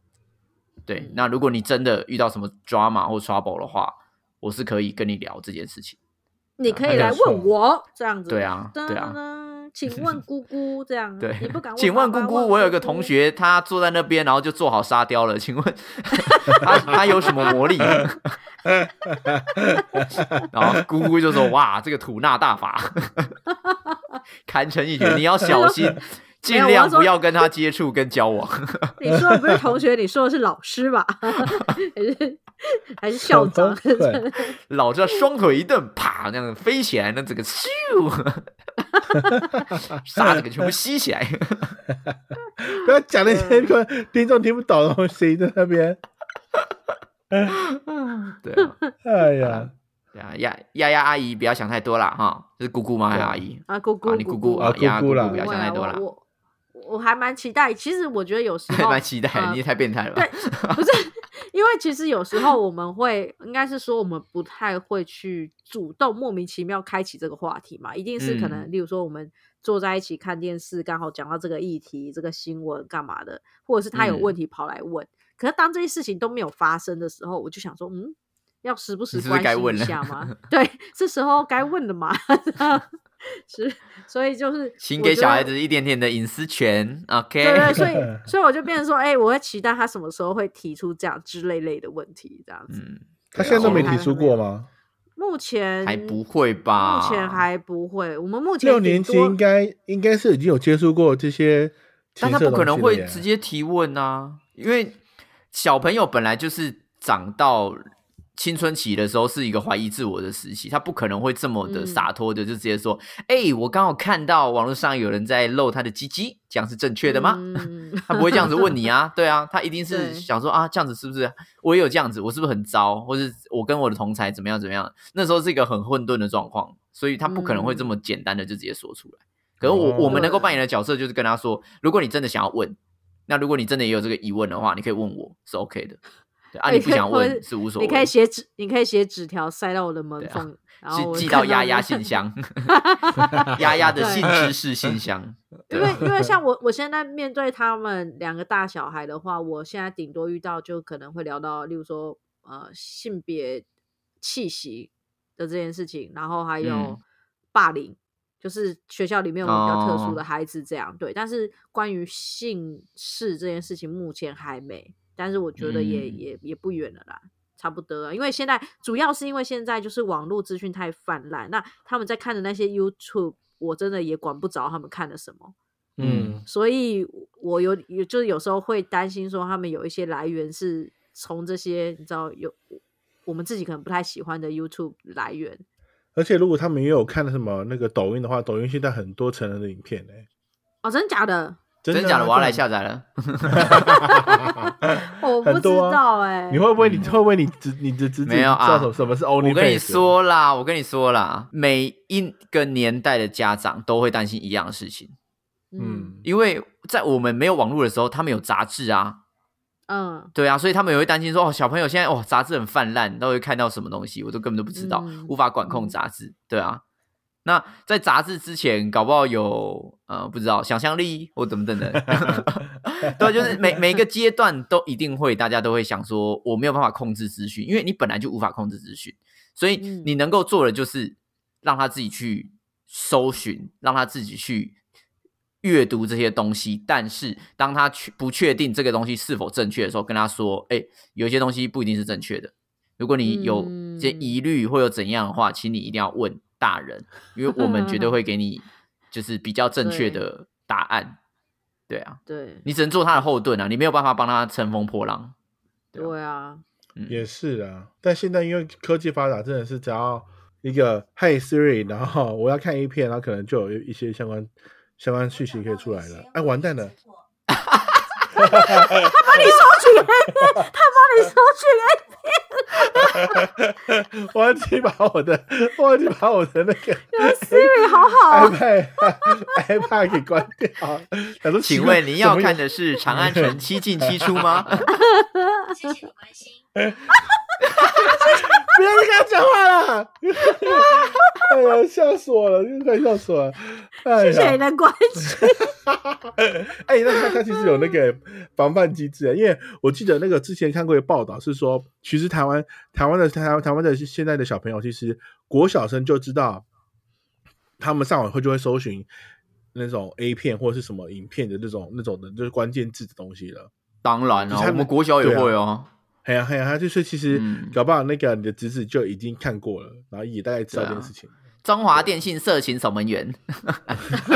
对
嗯，
那如果你真的遇到什么 drama 或 trouble 的话，我是可以跟你聊这件事情。
你
啊
可以来
没错
问我这样子。
对啊
噔
对啊
噔。请问姑姑这样，
对，
嗯你不敢问爸爸？
请问姑姑，我有个同学，他坐在那边，然后就做好沙雕了。请问他他有什么魔力？ 然后姑姑就说：“哇，这个吐纳大法，堪称一绝，你要小心，尽量不要跟他接触跟交往。
你说的不是同学，你说的是老师吧？ 还是还是校长？
对，
老子双腿一蹬，啪，那样飞起来，那整个咻，沙子给全部吸起来。”
不要讲那些个
嗯
听众听不懂的东西，在那边，
对啊，
哎呀，
对啊，丫丫丫阿姨不要想太多啦哈，这是姑姑吗？还是阿姨？
啊，姑
啊
姑，
你姑
姑
姑啊，丫
姑姑啦
不要想太多啦
我。我我还蛮期待，其实我觉得有时候
蛮期待的，
呃
你也太变态了吧
对？ 不是，因为其实有时候我们会，应该是说我们不太会去主动莫名其妙开启这个话题嘛，一定是可能，
嗯
例如说我们坐在一起看电视，刚好讲到这个议题、这个新闻干嘛的，或者是他有
嗯
问题跑来问。可是当这些事情都没有发生的时候，我就想说，嗯，要时不时
你是不
关
是该
心
问
一
了
下 吗？ 对，这时候该问了嘛。 是，所以就是
请
我
给
觉
小
得
孩子一点点的隐私权
对对，
，OK？
所以所以我就变成说，哎、我会期待他什么时候会提出这样之类类的问题，这样子。
嗯，
他现在都没
对
提出过吗？
目前
还不会吧？
目前还不会。我们目前
六年级
顶多
应该应该是已经有接触过这些情
但
色东西了耶，
他不可能会直接提问啊，因为小朋友本来就是长到青春期的时候是一个怀疑自我的时期，他不可能会这么的
嗯
洒脱的就直接说：“哎、我刚好看到网络上有人在露他的鸡鸡，这样是正确的吗？”
嗯
他不会这样子问你啊，对啊，他一定是
对
想说啊，这样子是不是我也有这样子，我是不是很糟，或是我跟我的同才怎么样怎么样？那时候是一个很混沌的状况，所以他不可能会这
嗯
么简单的就直接说出来。可是我
哦
我们能够扮演的角色就是跟他说，如果你真的想要问，那如果你真的也有这个疑问的话，你可以问我是 OK 的，对啊，
你
你
可以
不想
或者
问是无所谓，
你可以写纸，你可以写纸条塞到我的门
对啊
缝，然后我
寄寄
看
到丫
你
丫信箱， 丫丫的性知识信箱，
因为因为像 我我现在面对他们两个大小孩的话，我现在顶多遇到就可能会聊到，例如说呃性别气息的这件事情，然后还有
嗯
霸凌，就是学校里面我们比较特殊的
哦
孩子这样、对。但是关于姓氏这件事情，目前还没，但是我觉得也、
嗯
也也不远了啦。差不多啊了，因为现在主要是因为现在就是网络资讯太泛滥，那他们在看的那些 YouTube，我真的也管不着他们看的什么，
嗯，
所以我有有就是有时候会担心说他们有一些来源是从这些你知道有我们自己可能不太喜欢的 YouTube 来源，
而且如果他们也有看什么那个抖音的话，抖音现在很多成人的影片呢，
哦，真假的？
真啊
真假的我要来
下。
下载了。
我不
很
知
多啊
道哎、
你会不会你会不会你只你只只
没有啊
知道什么什么是 only？
我跟你，说啦，我跟你说啦，每一个年代的家长都会担心一样的事情，
嗯
嗯，
因为在我们没有网络的时候，他们有杂志啊，
嗯
对啊，所以他们也会担心说，哦，小朋友现在哦，杂志很泛滥，都会看到什么东西，我都根本都不知道，
嗯
无法管控杂志，对啊。那在杂志之前，搞不好有呃，不知道想象力或怎么等等， 对，就是每每一个阶段都一定会，大家都会想说，我没有办法控制资讯，因为你本来就无法控制资讯，所以
嗯
你能够做的就是让他自己去搜寻，让他自己去阅读这些东西。但是当他去不确定这个东西是否正确的时候，跟他说：“哎、有一些东西不一定是正确的。如果你有
嗯
一些疑虑或有怎样的话，请你一定要问大人，因为我们绝对会给你就是比较正确的答案。”对啊，
对
你只能做他的后盾啊，你没有办法帮他乘风破浪。对啊
对啊，
嗯，
也是啊。但现在因为科技发达，真的是只要一个 Hey Siri，然后我要看 A 片，然后可能就有一些相关 相关讯息可以出来了。哎，完蛋了！
把你搜出言，他帮你搜去
忘记把我的忘记把我的那个
Siri 好好哦，
iPad iPad 给关掉。想说奇
请
怪
问您要
啊怎么
看
有
的是《长安城七进七出》 吗？
谢谢你关心。
不要再跟他讲话了。 哎呀，笑死我了，真的快笑死我了。哎
谢谢你
呀，
的关心。
哎，那他他其实有那个防范机制，啊因为我记得那个之前看过一个报道是说，其实台湾台湾的台湾台湾的现在的小朋友，其实国小生就知道，他们上网会就会搜寻那种 A 片或者是什么影片的那种那种的，就是关键字的东西了。
当然
就
了、
是他
我
们
们国小也
对啊
会哦。
哎呀，哎呀，他就是其实
嗯
搞不好那个你的侄子就已经看过了，然后也大概知道这件
啊
事情。
中华电信色情守门员，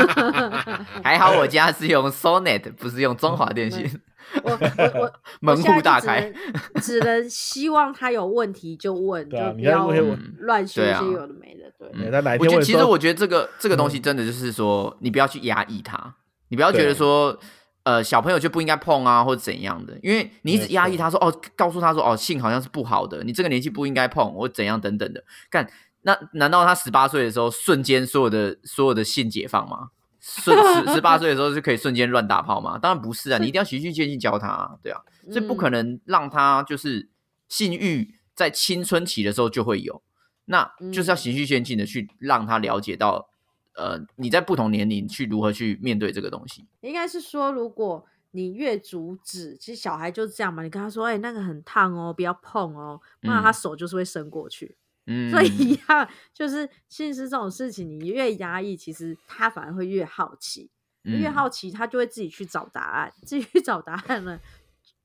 还好我家是用 Sonet，不是用中华电信，
我 我我
门户大开。，
我现在就只能只能希望他有问题就问，
对啊
就不
你看
要
问题
问
乱说
对
一
啊
些有的没的。对，
嗯
哎他哪一
我
天
觉
问说，嗯
得其实我觉得这个这个东西真的就是说，你不要去压抑它，你不要觉得
对
说。呃，小朋友就不应该碰啊，或者怎样的，因为你一直压抑他说，哦，告诉他说，哦，性好像是不好的，你这个年纪不应该碰，或怎样等等的。干，那难道他十八岁的时候瞬间所有的所有的性解放吗？瞬十十八岁的时候就可以瞬间乱打炮吗？当然不是啊，你一定要循序渐进教他、啊，对啊。所以不可
能。
能让他就是性欲在青春期的时候就会有，那就是要
嗯
循序渐进的去让他了解到，呃，你在不同年龄去如何去面对这个东西。
应该是说，如果你越阻止，其实小孩就是这样嘛。你跟他说：“哎、那个很烫哦，不要碰哦。”那
嗯
他手就是会伸过去。
嗯，
所以 一样，就是性事这种事情，你越压抑，其实他反而会越好奇，越
嗯
好奇他就会自己去找答案，自己去找答案呢，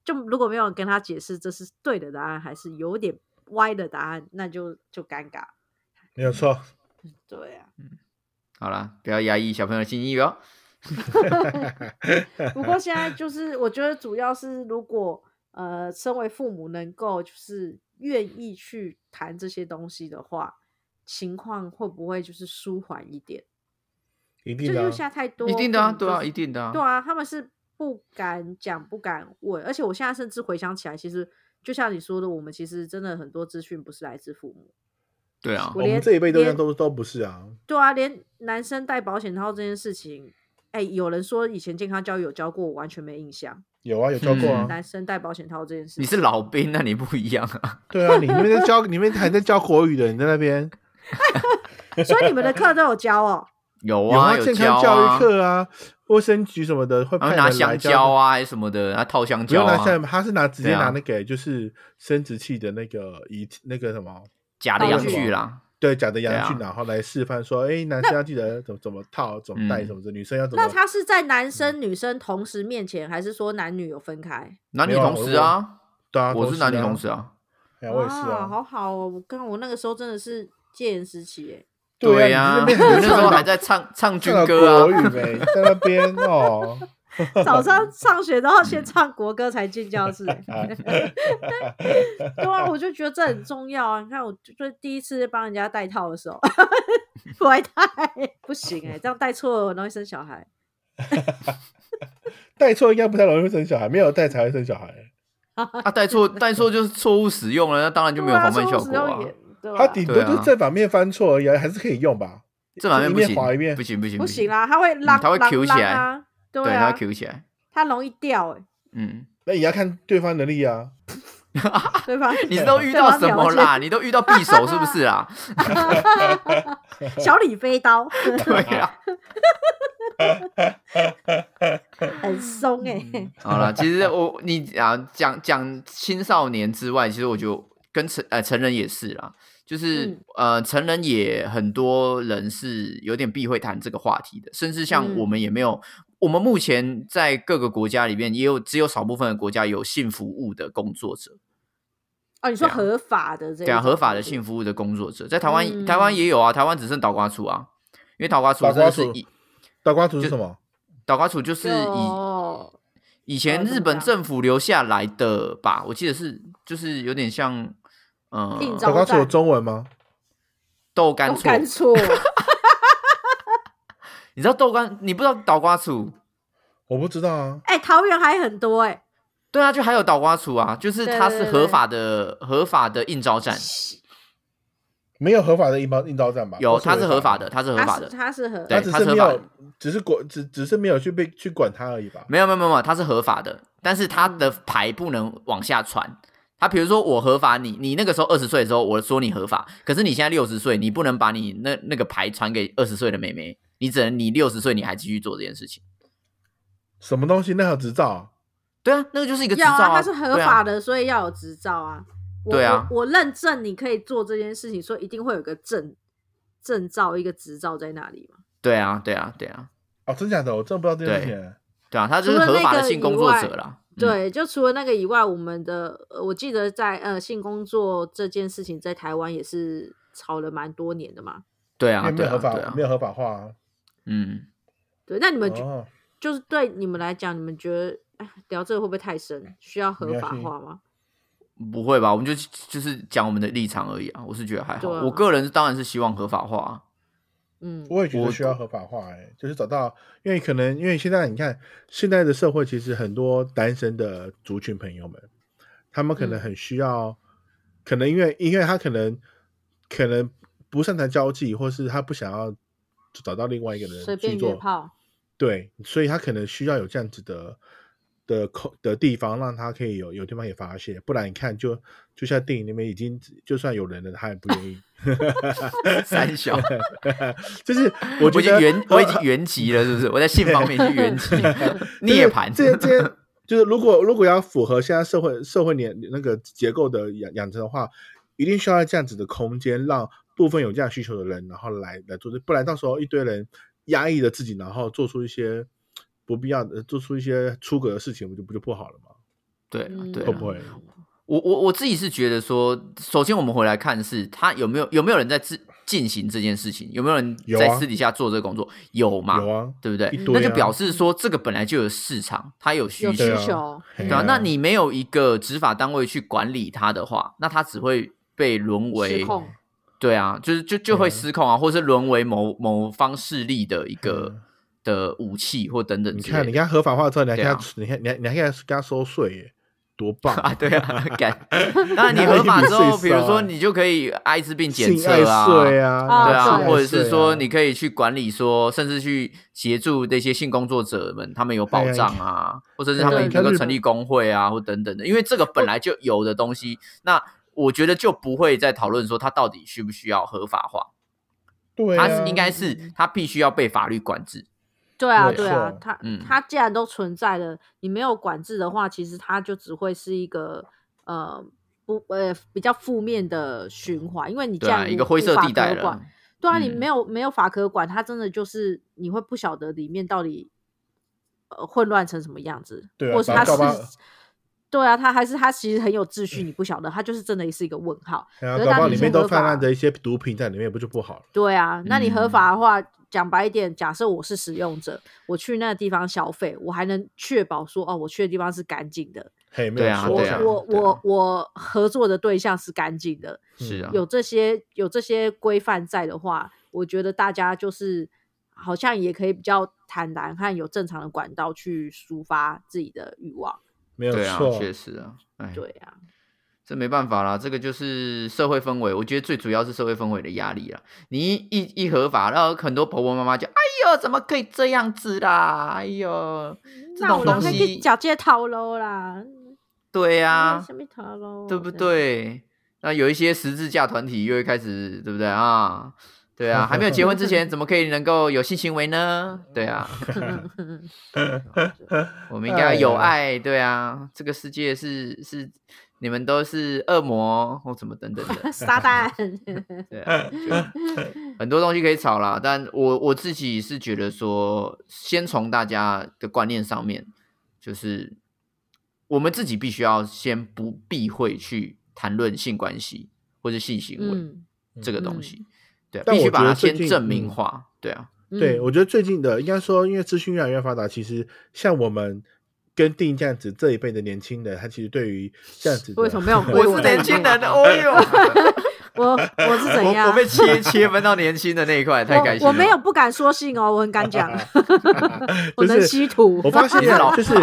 就如果没有人跟他解释这是对的答案，还是有点歪的答案，那就就尴尬。
没有错。
对啊，
好啦，不要压抑小朋友的心意哦。
不过现在就是，我觉得主要是如果呃，身为父母能够就是愿意去谈这些东西的话，情况会不会就是舒缓一点？
一定
就
的啊、
因为现在太多，
一定的啊，
父母
对
就
啊，
是
一定的啊，
对啊，他们是不敢讲、不敢问，而且我现在甚至回想起来，其实就像你说的，我们其实真的很多资讯不是来自父母。
对啊
我，
我们
连
这一辈都
连
都都不是啊。
对啊，连男生戴保险套这件事情，哎，有人说以前健康教育有教过，我完全没印象。
有啊，有教过啊。
嗯
男生戴保险套这件事
你
情，
是老兵，那你不一样啊。
对啊，你那边在教，你们还在教国语的，你在那边
所以你们的课都有教哦。
有
有
啊，
啊，
有
健康
教
教
啊
育，课啊，卫生局什么的会
然
派
后拿
人来
香蕉，啊，还是什么的，然后套香
不
蕉
用拿
啊
香，，他是拿直接
对啊
拿那个就是生殖器的那个仪那个什么。
假的
道
洋
具
具啦。
对，假的
啊
阳具，
对
然后来示范说，哎，男生要记得怎么怎么套、怎么戴
嗯
什么的，女生要怎么
那。他是在男生、女生同时面前，还是说男女有分开？
男女
没有啊
同时啊，
对啊，
我是男女同时
啊。
啊。
哎，我也是
哇
啊。
好好哦！我看我那个时候真的是戒严时 期耶，
呀，
对呀，
啊你 那边
我
很
那时候
少
还在唱唱军
看到
歌
国
啊，
语没，在那边哦。
早上上学都要先唱国歌才进 教室耶。对啊，我就觉得这很重要啊！你看，我就就第一次帮人家戴套的时候， 我还戴，不行哎、这样戴错了我容易生小孩。
带错应该不太容易会生小孩，没有带才会生小孩。
啊，带 错带错就是错误使用了，那当然就没有防范效果
对啊
啊
说。不使用也
他
对
顶
啊
多就
对
是
啊
正反面翻错而已啊，还是可以用吧？
这反面不
一
行
面滑一，面
不行不行
不行，啦，他会浪，
嗯他会
浪
Q 起来
浪啊，对
对，它
啊，
会 Q 起来，
他容易掉哎、
嗯。
那也要看对方能力啊。
对吧？
你都遇到
啊
什么啦？你都遇到匕首是不是 啊？
小李飞刀
对啊，
很
嗯
松哎、
好了，其实我你啊讲讲青少年之外，其实我就跟成呃成人也是啦，就是、
嗯
呃成人也很多人是有点避讳谈这个话题的，甚至像
嗯
我们也没有，我们目前在各个国家里面也有只有少部分的国家有性服务的工作者，
哦，你说
对啊
合法的这
对啊，合法的
幸
性
福
服务的工作者，在台湾、
嗯
台湾也有啊，台湾只剩倒瓜处啊，因为倒瓜处
倒
真的
瓜
是
处
以
倒瓜图是什么？
倒瓜处就是
哦
以以前
哦怎
日
么
本
讲
政府留下来的吧，我记得是就是有点像呃
定
倒
招
瓜图有中文吗？
豆
都
干处，
哦 干错，
你知道豆干，你不知道倒瓜处，
我不知道啊。
哎、桃园还很多哎、
对啊，就还有倒瓜厨啊，就是
对
它
对
是
对
合
对
法的合法的应招站，
没有合法的印包印刀站吧？
有
都
它是合法
的
的，，它是合
他
法
是
的，
他是合
对
他
啊
只
它
是
是合
没
法
有，只是管只只是没有去被去管他而已吧？
没有没有没有没有，它是合法的，但是
嗯
它的牌不能往下传。它比如说我合法你，你那个时候二十岁的时候，我说你合法，可是你现在六十岁，你不能把你那那个牌传给二十岁的妹妹，你只能你六十岁你还继续做这件事情。
什么东西？那条执照啊？
对啊，那个就是一个执照
要啊，它是合
对啊
法的，所以要有执照啊。我
对啊
我，我认证你可以做这件事情，所以一定会有个证证照，一个执照在那里嘛。
对啊，对啊，对啊，
哦，真假的？我真的不知道这件事
对
情。
对啊，他就是合法的性工作者啦。嗯，
对，就除了那个以外，我们的呃我记得在呃性工作这件事情在台湾也是吵了蛮多年的嘛。
对
因
啊，
为没
对
有合
啊，对
法，
啊
没，有合法化啊。
嗯，
对，那你们就、
哦，
就是对你们来讲，你们觉得哎聊这个会不会太深？需要合
没
法
关系
化吗？
不会吧？我们就就是讲我们的立场而已啊。我是觉得还好，
对啊
我个人当然是希望合法 化啊。
嗯，
我也觉得
我
需要合法化，哎，就是找到，因为可能因为现在你看现在的社会，其实很多单身的族群朋友们，他们可能
嗯
很需要，可能因为因为他可能可能不擅长交际，或是他不想要找到另外一个人
随
去
便约
做，
炮。
对，所以他可能需要有这样子的的口的地方，让他可以有有地方可以发泄，不然你看就就像电影里面已经就算有人了，他也不 愿意。
三小，
就是 我
我
觉得
已经
呃
原我已经原籍了，是不是？我在性方面已经原籍 涅盘。
这些这些 就是如果如果要符合现在社会社会年那个结构的养养成的话，一定需要这样子的空间，让部分有这样需求的人，然后来来做这，不然到时候一堆人压抑了自己，然后做出一些不必要的，做出一些出格的事情，不就不就不好了吗？
对啊
嗯，
对
会
啊
不。会？
我我我自己是觉得说，首先我们回来看是他有没有有没有人在自进行这件事情，有没有人
有
在
啊
私底下做这个工作，有嘛？
有啊，
对不对？
一
那
堆
就
啊
表示说这个本来就有市场，它有需
有
求
需
对，啊
求，嗯
嘿
对
啊
啊，那你没有一个执法单位去管理它的话，那它只会被沦为
失控，
对啊，就是就就会
对啊
失控啊，或是沦为某某方势力的一
嗯
个的武器或等等
你
之
看，
类
你
的。
看合法化之后，你还
对
跟他
啊
你还你还你还跟他跟他收税耶，多棒
啊，！对 啊，干。那你合法之
哪有一笔税收
后，
啊
比如说你就可以艾滋病检
性爱
测啊，
税啊，
啊
对啊，
对
或者是说你
看
可以去管理说，甚至去协助那些性工作者们，他们有保障啊，或者是他
对
们
你看
能够
日
成立工会啊，或等等的，因为这个本来就有的东西，那我觉得就不会再讨论说它到底需不需要合法化，
对啊，
它是应该是它必须要被法律管制。
对啊，
没
对啊
错，
它
嗯
它既然都存在了，你没有管制的话，其实它就只会是一个呃不呃比较负面的循环，因为你既
对
然
啊，
无
一个灰色地带。
无法可
了
管。对啊，
嗯
你没有没有法可管，它真的就是你会不晓得里面到底呃混乱成什么样子，
对啊
或是
把
它
它告发
是。对啊，它还是它其实很有秩序，你不晓得，它就是真的是一个问号。
然后
可是
啊搞不好
当
里
你
面
先
都
合
泛
法
滥着一些毒品在里面，不就不好了？
对啊，那你合
嗯
法的话，讲白一点，假设我是使用者，我去那个地方消费，我还能确保说，哦，我去的地方是干净的，
嘿，没有
对啊
错
我
对啊
我
对啊
我我合作的对象是干净的，
嗯
是啊，
有这些有这些规范在的话，我觉得大家就是好像也可以比较坦然和有正常的管道去抒发自己的欲望。
没有
对啊，
错，
确实啊，哎，
对啊，
这没办法啦，这个就是社会氛围，我觉得最主要是社会氛围的压力啦。你一一一合法，然后很多婆婆妈妈就哎呦，怎么可以这样子啦？哎呦，这
那
种
我们
东
可以
西，
讲这套喽啦，
对啊呀、
什么套喽，
对
这
不
样？
对？那有一些十字架团体又会开始，对不对啊？对啊，还没有结婚之前，怎么可以能够有性行为呢？对啊，我们应该有爱，对啊，这个世界是是你们都是恶魔或怎么等等 的，
撒 旦，嗯
对啊，
嗯
就 很多东西可以吵啦，但我我自己是觉得说，先从大家的观念上面，就是我们自己必须要先不避讳去谈论性关系或者性行为、
嗯，
这个
嗯
东西，对、啊，
但
必须
我
把
觉得
它
最
先
近
证明
嗯
化，对 啊，
对，
嗯
我觉得最近的应该说，因为资讯越来越发达，其实像我们跟定这样子这一辈的年轻人，他其实对于这样子的
为什么 没有
我
归
是
的
年轻人，
那
哦 哟，
一块？我我是怎
我
样？
我被切切分到年轻的那一块，太开心
我
了，
我没有不敢说 信哦，我很敢讲，
就是
我能吸土
我。发现
你是老
啊，就是其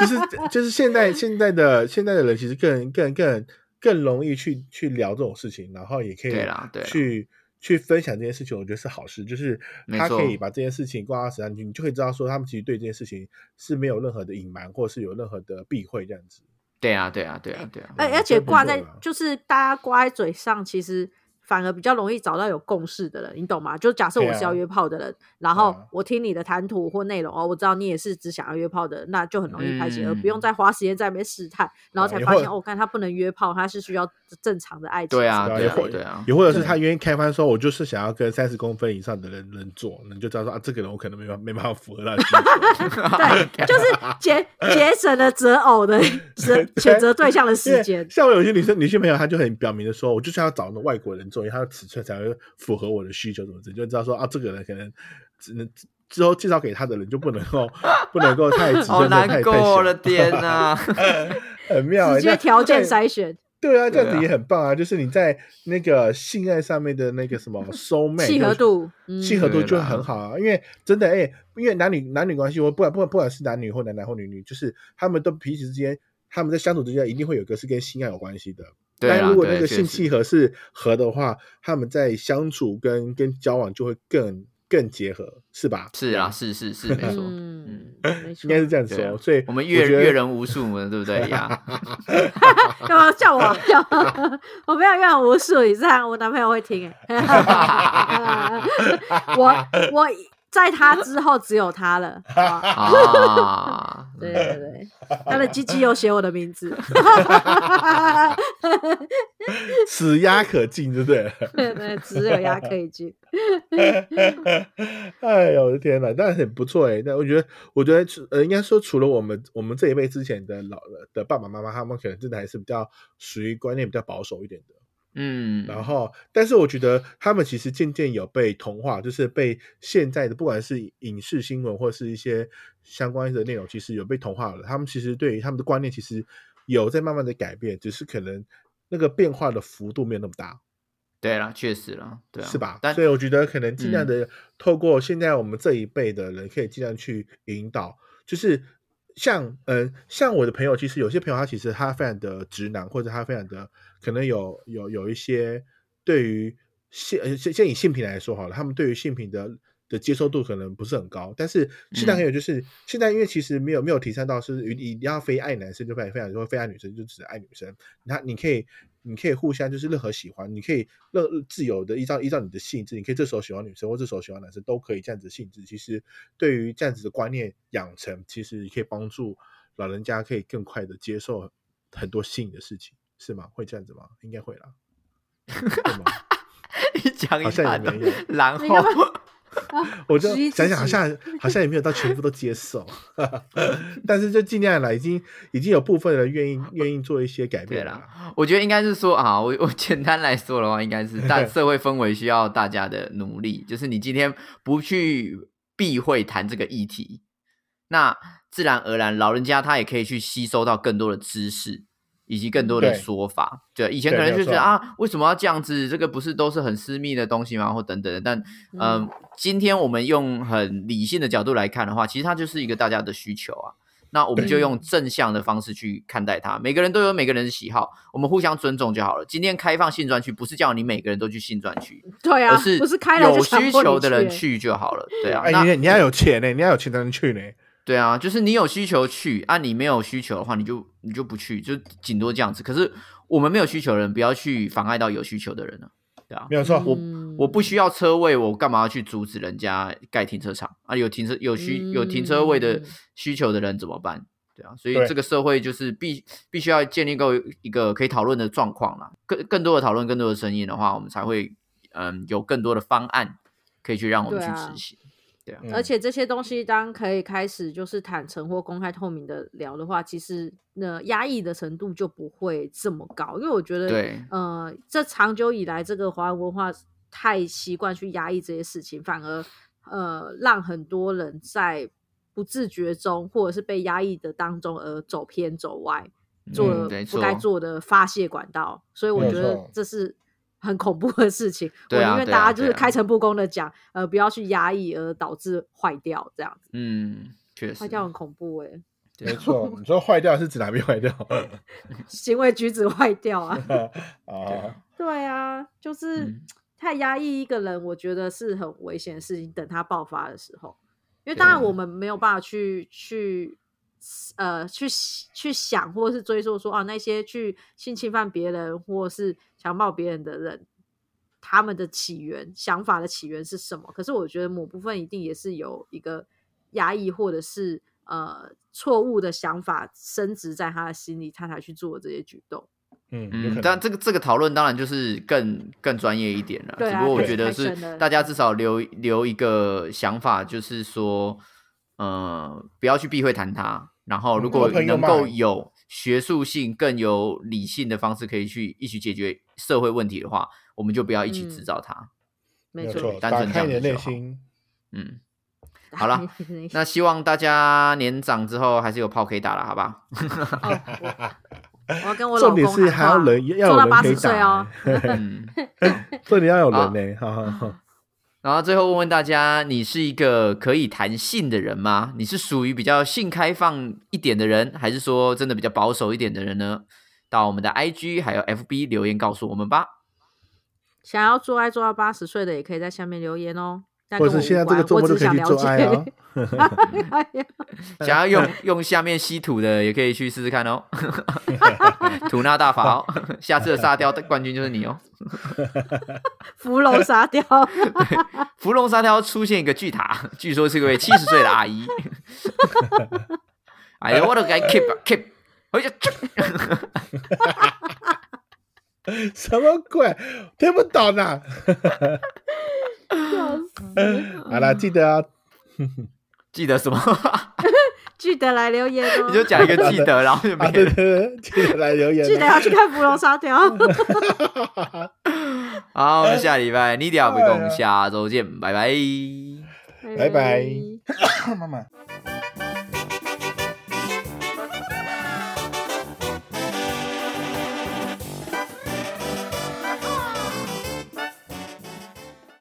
就是就是现在现在的现在的人其实更更更更容易去去聊这种事情，然后也可以
对啦对啦
去去分享这件事情，我觉得是好事，就是
没
他可以
错
把这件事情挂到身上去，你就可以知道说他们其实对这件事情是没有任何的隐瞒，或是有任何的避讳这样子。
对啊，对啊，对啊，对啊，
哎
而
嗯
而且
真不
挂
错
在
啦
就是大家挂在嘴上，其实反而比较容易找到有共识的人，你懂吗？就假设
对
我是要
啊
约炮的人，然后
啊
我听你的谈吐或内容哦，我知道你也是只想要约炮的人，那就很容易拍戏，而
嗯
不用再花时间在那边试探，然后
啊
才
也
发
或
现哦，看他不能约炮，他是需要正常的爱情。
对啊，
吧
对
也
啊
会，
对啊，
也或者是
对
他愿意开翻说，我就是想要跟三十公分以上的人人做，你就知道说啊，这个人我可能没办法没办法符合他的需求啊
对，就是 节节省了择偶的择选择对象的
因为
时间。
像我有些女生女性朋友，她就很表明的说，我就是要找那种外国人做，因为她的尺寸才会符合我的需求，怎么子，就知道说啊，这个人可能只能之后介绍给他的人就不能够不能够 太尺
好
寸太
难
太
过
小
了，天 哪！
很妙、欸，
直接
那
条件
对
筛选，
对啊，这样
对啊
子也很棒啊！就是你在那个性爱上面的那个什 么 soul mate
契合度嗯
契合度
对
就
啦
很好啊。因为真的哎、因为男女男女关系，我不管不管不管是男女或男男或女女，就是他们都彼此之间，他们在相处之间一定会有一个是跟性爱有关系的。
对
但
啊，
如果
对
那个
确
性
实
契合是合的话，他们在相处跟跟交往就会更更结合，是吧？
是啊，是是是，没错。
嗯，没错
应该是这样子
对啊
说。所以
我们
越
阅阅人无数嘛，对不对 呀？
干嘛叫 我？叫我我没有用无数以上，我男朋友会听哎、 我我在他之后只有他了。好吧
啊，
对对对，他的鸡鸡有写我的名字。
此鸭可进，对不对？
对对，只有牙可以进。
哎呦我的天呐，但很不错哎、但我觉得，我觉得除呃，应该说除了我们我们这一辈之前的老的爸爸妈妈，他们可能真的还是比较属于观念比较保守一点的。
嗯，
然后，但是我觉得他们其实渐渐有被同化，就是被现在的不管是影视新闻或是一些相关的内容，其实有被同化了。他们其实对于他们的观念其实有在慢慢的改变，只是可能那个变化的幅度没有那么大。
对了，确实了，对啊，
是吧？
但
所以我觉得可能尽量
嗯
的透过现在我们这一辈的人，可以尽量去引导，就是像嗯、像我的朋友，其实有些朋友他其实他非常的直男，或者他非常的可能有有有一些对于性呃先先以性平来说好了，他们对于性平的。的接受度可能不是很高，但是现在
嗯
还有就是、现在，因为其实没有没有提倡到是一定要非爱男生就非非常说非爱女生就只爱女生，那你可以，你可以互相就是任何喜欢，你可以任自由的依照依照你的性质，你可以这时候喜欢女生或这时候喜欢男生都可以这样子的性质。其实对于这样子的观念养成，其实可以帮助老人家可以更快的接受很多新的事情，是吗？会这样子吗？应该会啦。会吗
一讲一
好像
下
也
的
没有，
然
你
后
干嘛
我 就
质疑自
想想，好
己
像好像也没有到全部都接受， 但是就尽量啦，已经已经有部分人愿意愿意做一些改
对
变了啦。
啦，我觉得应该是说啊，我我简单来说的话，应该是 大社会氛围需要大家的努力，就是你今天不去避讳谈这个议题，那自然而然老人家他也可以去吸收到更多的知识。以及更多的
对
说法，对，以前
对
可能
没
就
有
觉得
错
啊，为什么要这样子？这个不是都是很私密的东西吗？或等等的。但嗯、
嗯
今天我们用很理性的角度来看的话，其实它就是一个大家的需求啊。那我们就用正向的方式去看待它。每个人都有每个人的喜好，我们互相尊重就好了。今天开放性专区，不是叫你每个人都去性专区，
对啊，
而是
不是开了
有
就强
需
迫你
求的人
欸。
去就好了。对啊，
哎、
那
你你要有钱呢、你要有钱才能去呢、
对啊，就是你有需求去，啊，你没有需求的话，你就你就不去，就顶多这样子。可是我们没有需求的人，不要去妨碍到有需求的人了。对啊，
没有错，
嗯
我
我不需要车位，我干嘛要去阻止人家盖停车场啊？有停车有需有停车位的
嗯
需求的人怎么办？对啊，所以
对
这个社会就是必必须要建立够一个可以讨论的状况啦，更更多的讨论，更多的声音的话，我们才会嗯有更多的方案可以去让我们去
对啊
执行。
嗯
而且这些东西，当可以开始就是坦诚或公开透明的聊的话，其实那压抑的程度就不会这么高，因为我觉得，
对
呃，这长久以来这个华人文化太习惯去压抑这些事情，反而呃让很多人在不自觉中或者是被压抑的当中而走偏走歪，做
嗯
了
没
不该
错
做的发泄管道，所以我
没
觉
错
得这是很恐怖的事情。
对
我
啊
宁愿
对
大
啊
家就是
对啊
开诚布公的讲，呃，不要去压抑而导致坏掉这样子，
嗯，确实
坏，掉很恐怖哎、
没错，你说坏掉是指哪边坏 掉？
行为举止坏掉 啊。
啊，
对啊，就是、
嗯
太压抑一个人，我觉得是很危险的事情。等他爆发的时候，因为
对
当然
啊
我们没有办法去去呃去去想，或是追溯说啊那些去性侵犯别人或是强暴别人的人，他们的起源想法的起源是什么？可是我觉得某部分一定也是有一个压抑或者是呃错误的想法升值在他的心里，他才去做这些举动。
嗯，有可
嗯
能，
但这个这个讨论当然就是更更专业一点了。
对
只
啊
不过我
对
觉得
太
是
深了
大家至少留留一个想法，就是说，呃，不要去避讳谈它。然后，如
嗯
果
open your
能够
mind
有学术性、更有理性的方式，可以去一起解决社会问题的话，我们就不要一起制
嗯
造它。
没
没
有
错，
错，
单
打
纯这
开
样
你的
子就
内
好
心，
嗯，好 啦
没事没事
那希望大家年长之后还是有炮可以打了，好 吧？
哦，我我要跟我老
重
公
点是还要
喊话
人，要
做
有
到
人
八
可以
十岁
打
哦。
欸，
嗯。
重点要有
好
人呢，哈哈哈。
然后最后问问大家，你是一个可以谈性的人吗？你是属于比较性开放一点的人，还是说真的比较保守一点的人呢？到我们的 IG 还有 FB 留言告诉我们吧。
想要做爱做到八十岁的，也可以在下面留言哦。但
或
跟
者
我
是现在
无
这个
关
周
我
末都
只是
可以
想
去
了
做
解。
爱哦。
哎呀
想要用用下面稀土的，也可以去试试看哦。 吐纳大法哦，下次的沙雕冠军就是你哦。
扶楼沙雕，
芙蓉沙雕出现一个巨塔，据说是一位七十岁的阿姨。 哎呀，我都该 keep keep，回去。
什么鬼？听不懂啊！
笑死
好啦，记得 啊，
记得什么？
记得来留言哦
你。就讲一个记得，然后就没
啊
了
对。对对，记得来留言啊。
记得要去看扶楼沙 雕。
好，我们下礼
哎
拜你 i d i 下周见，拜拜。
哎
拜拜妈妈。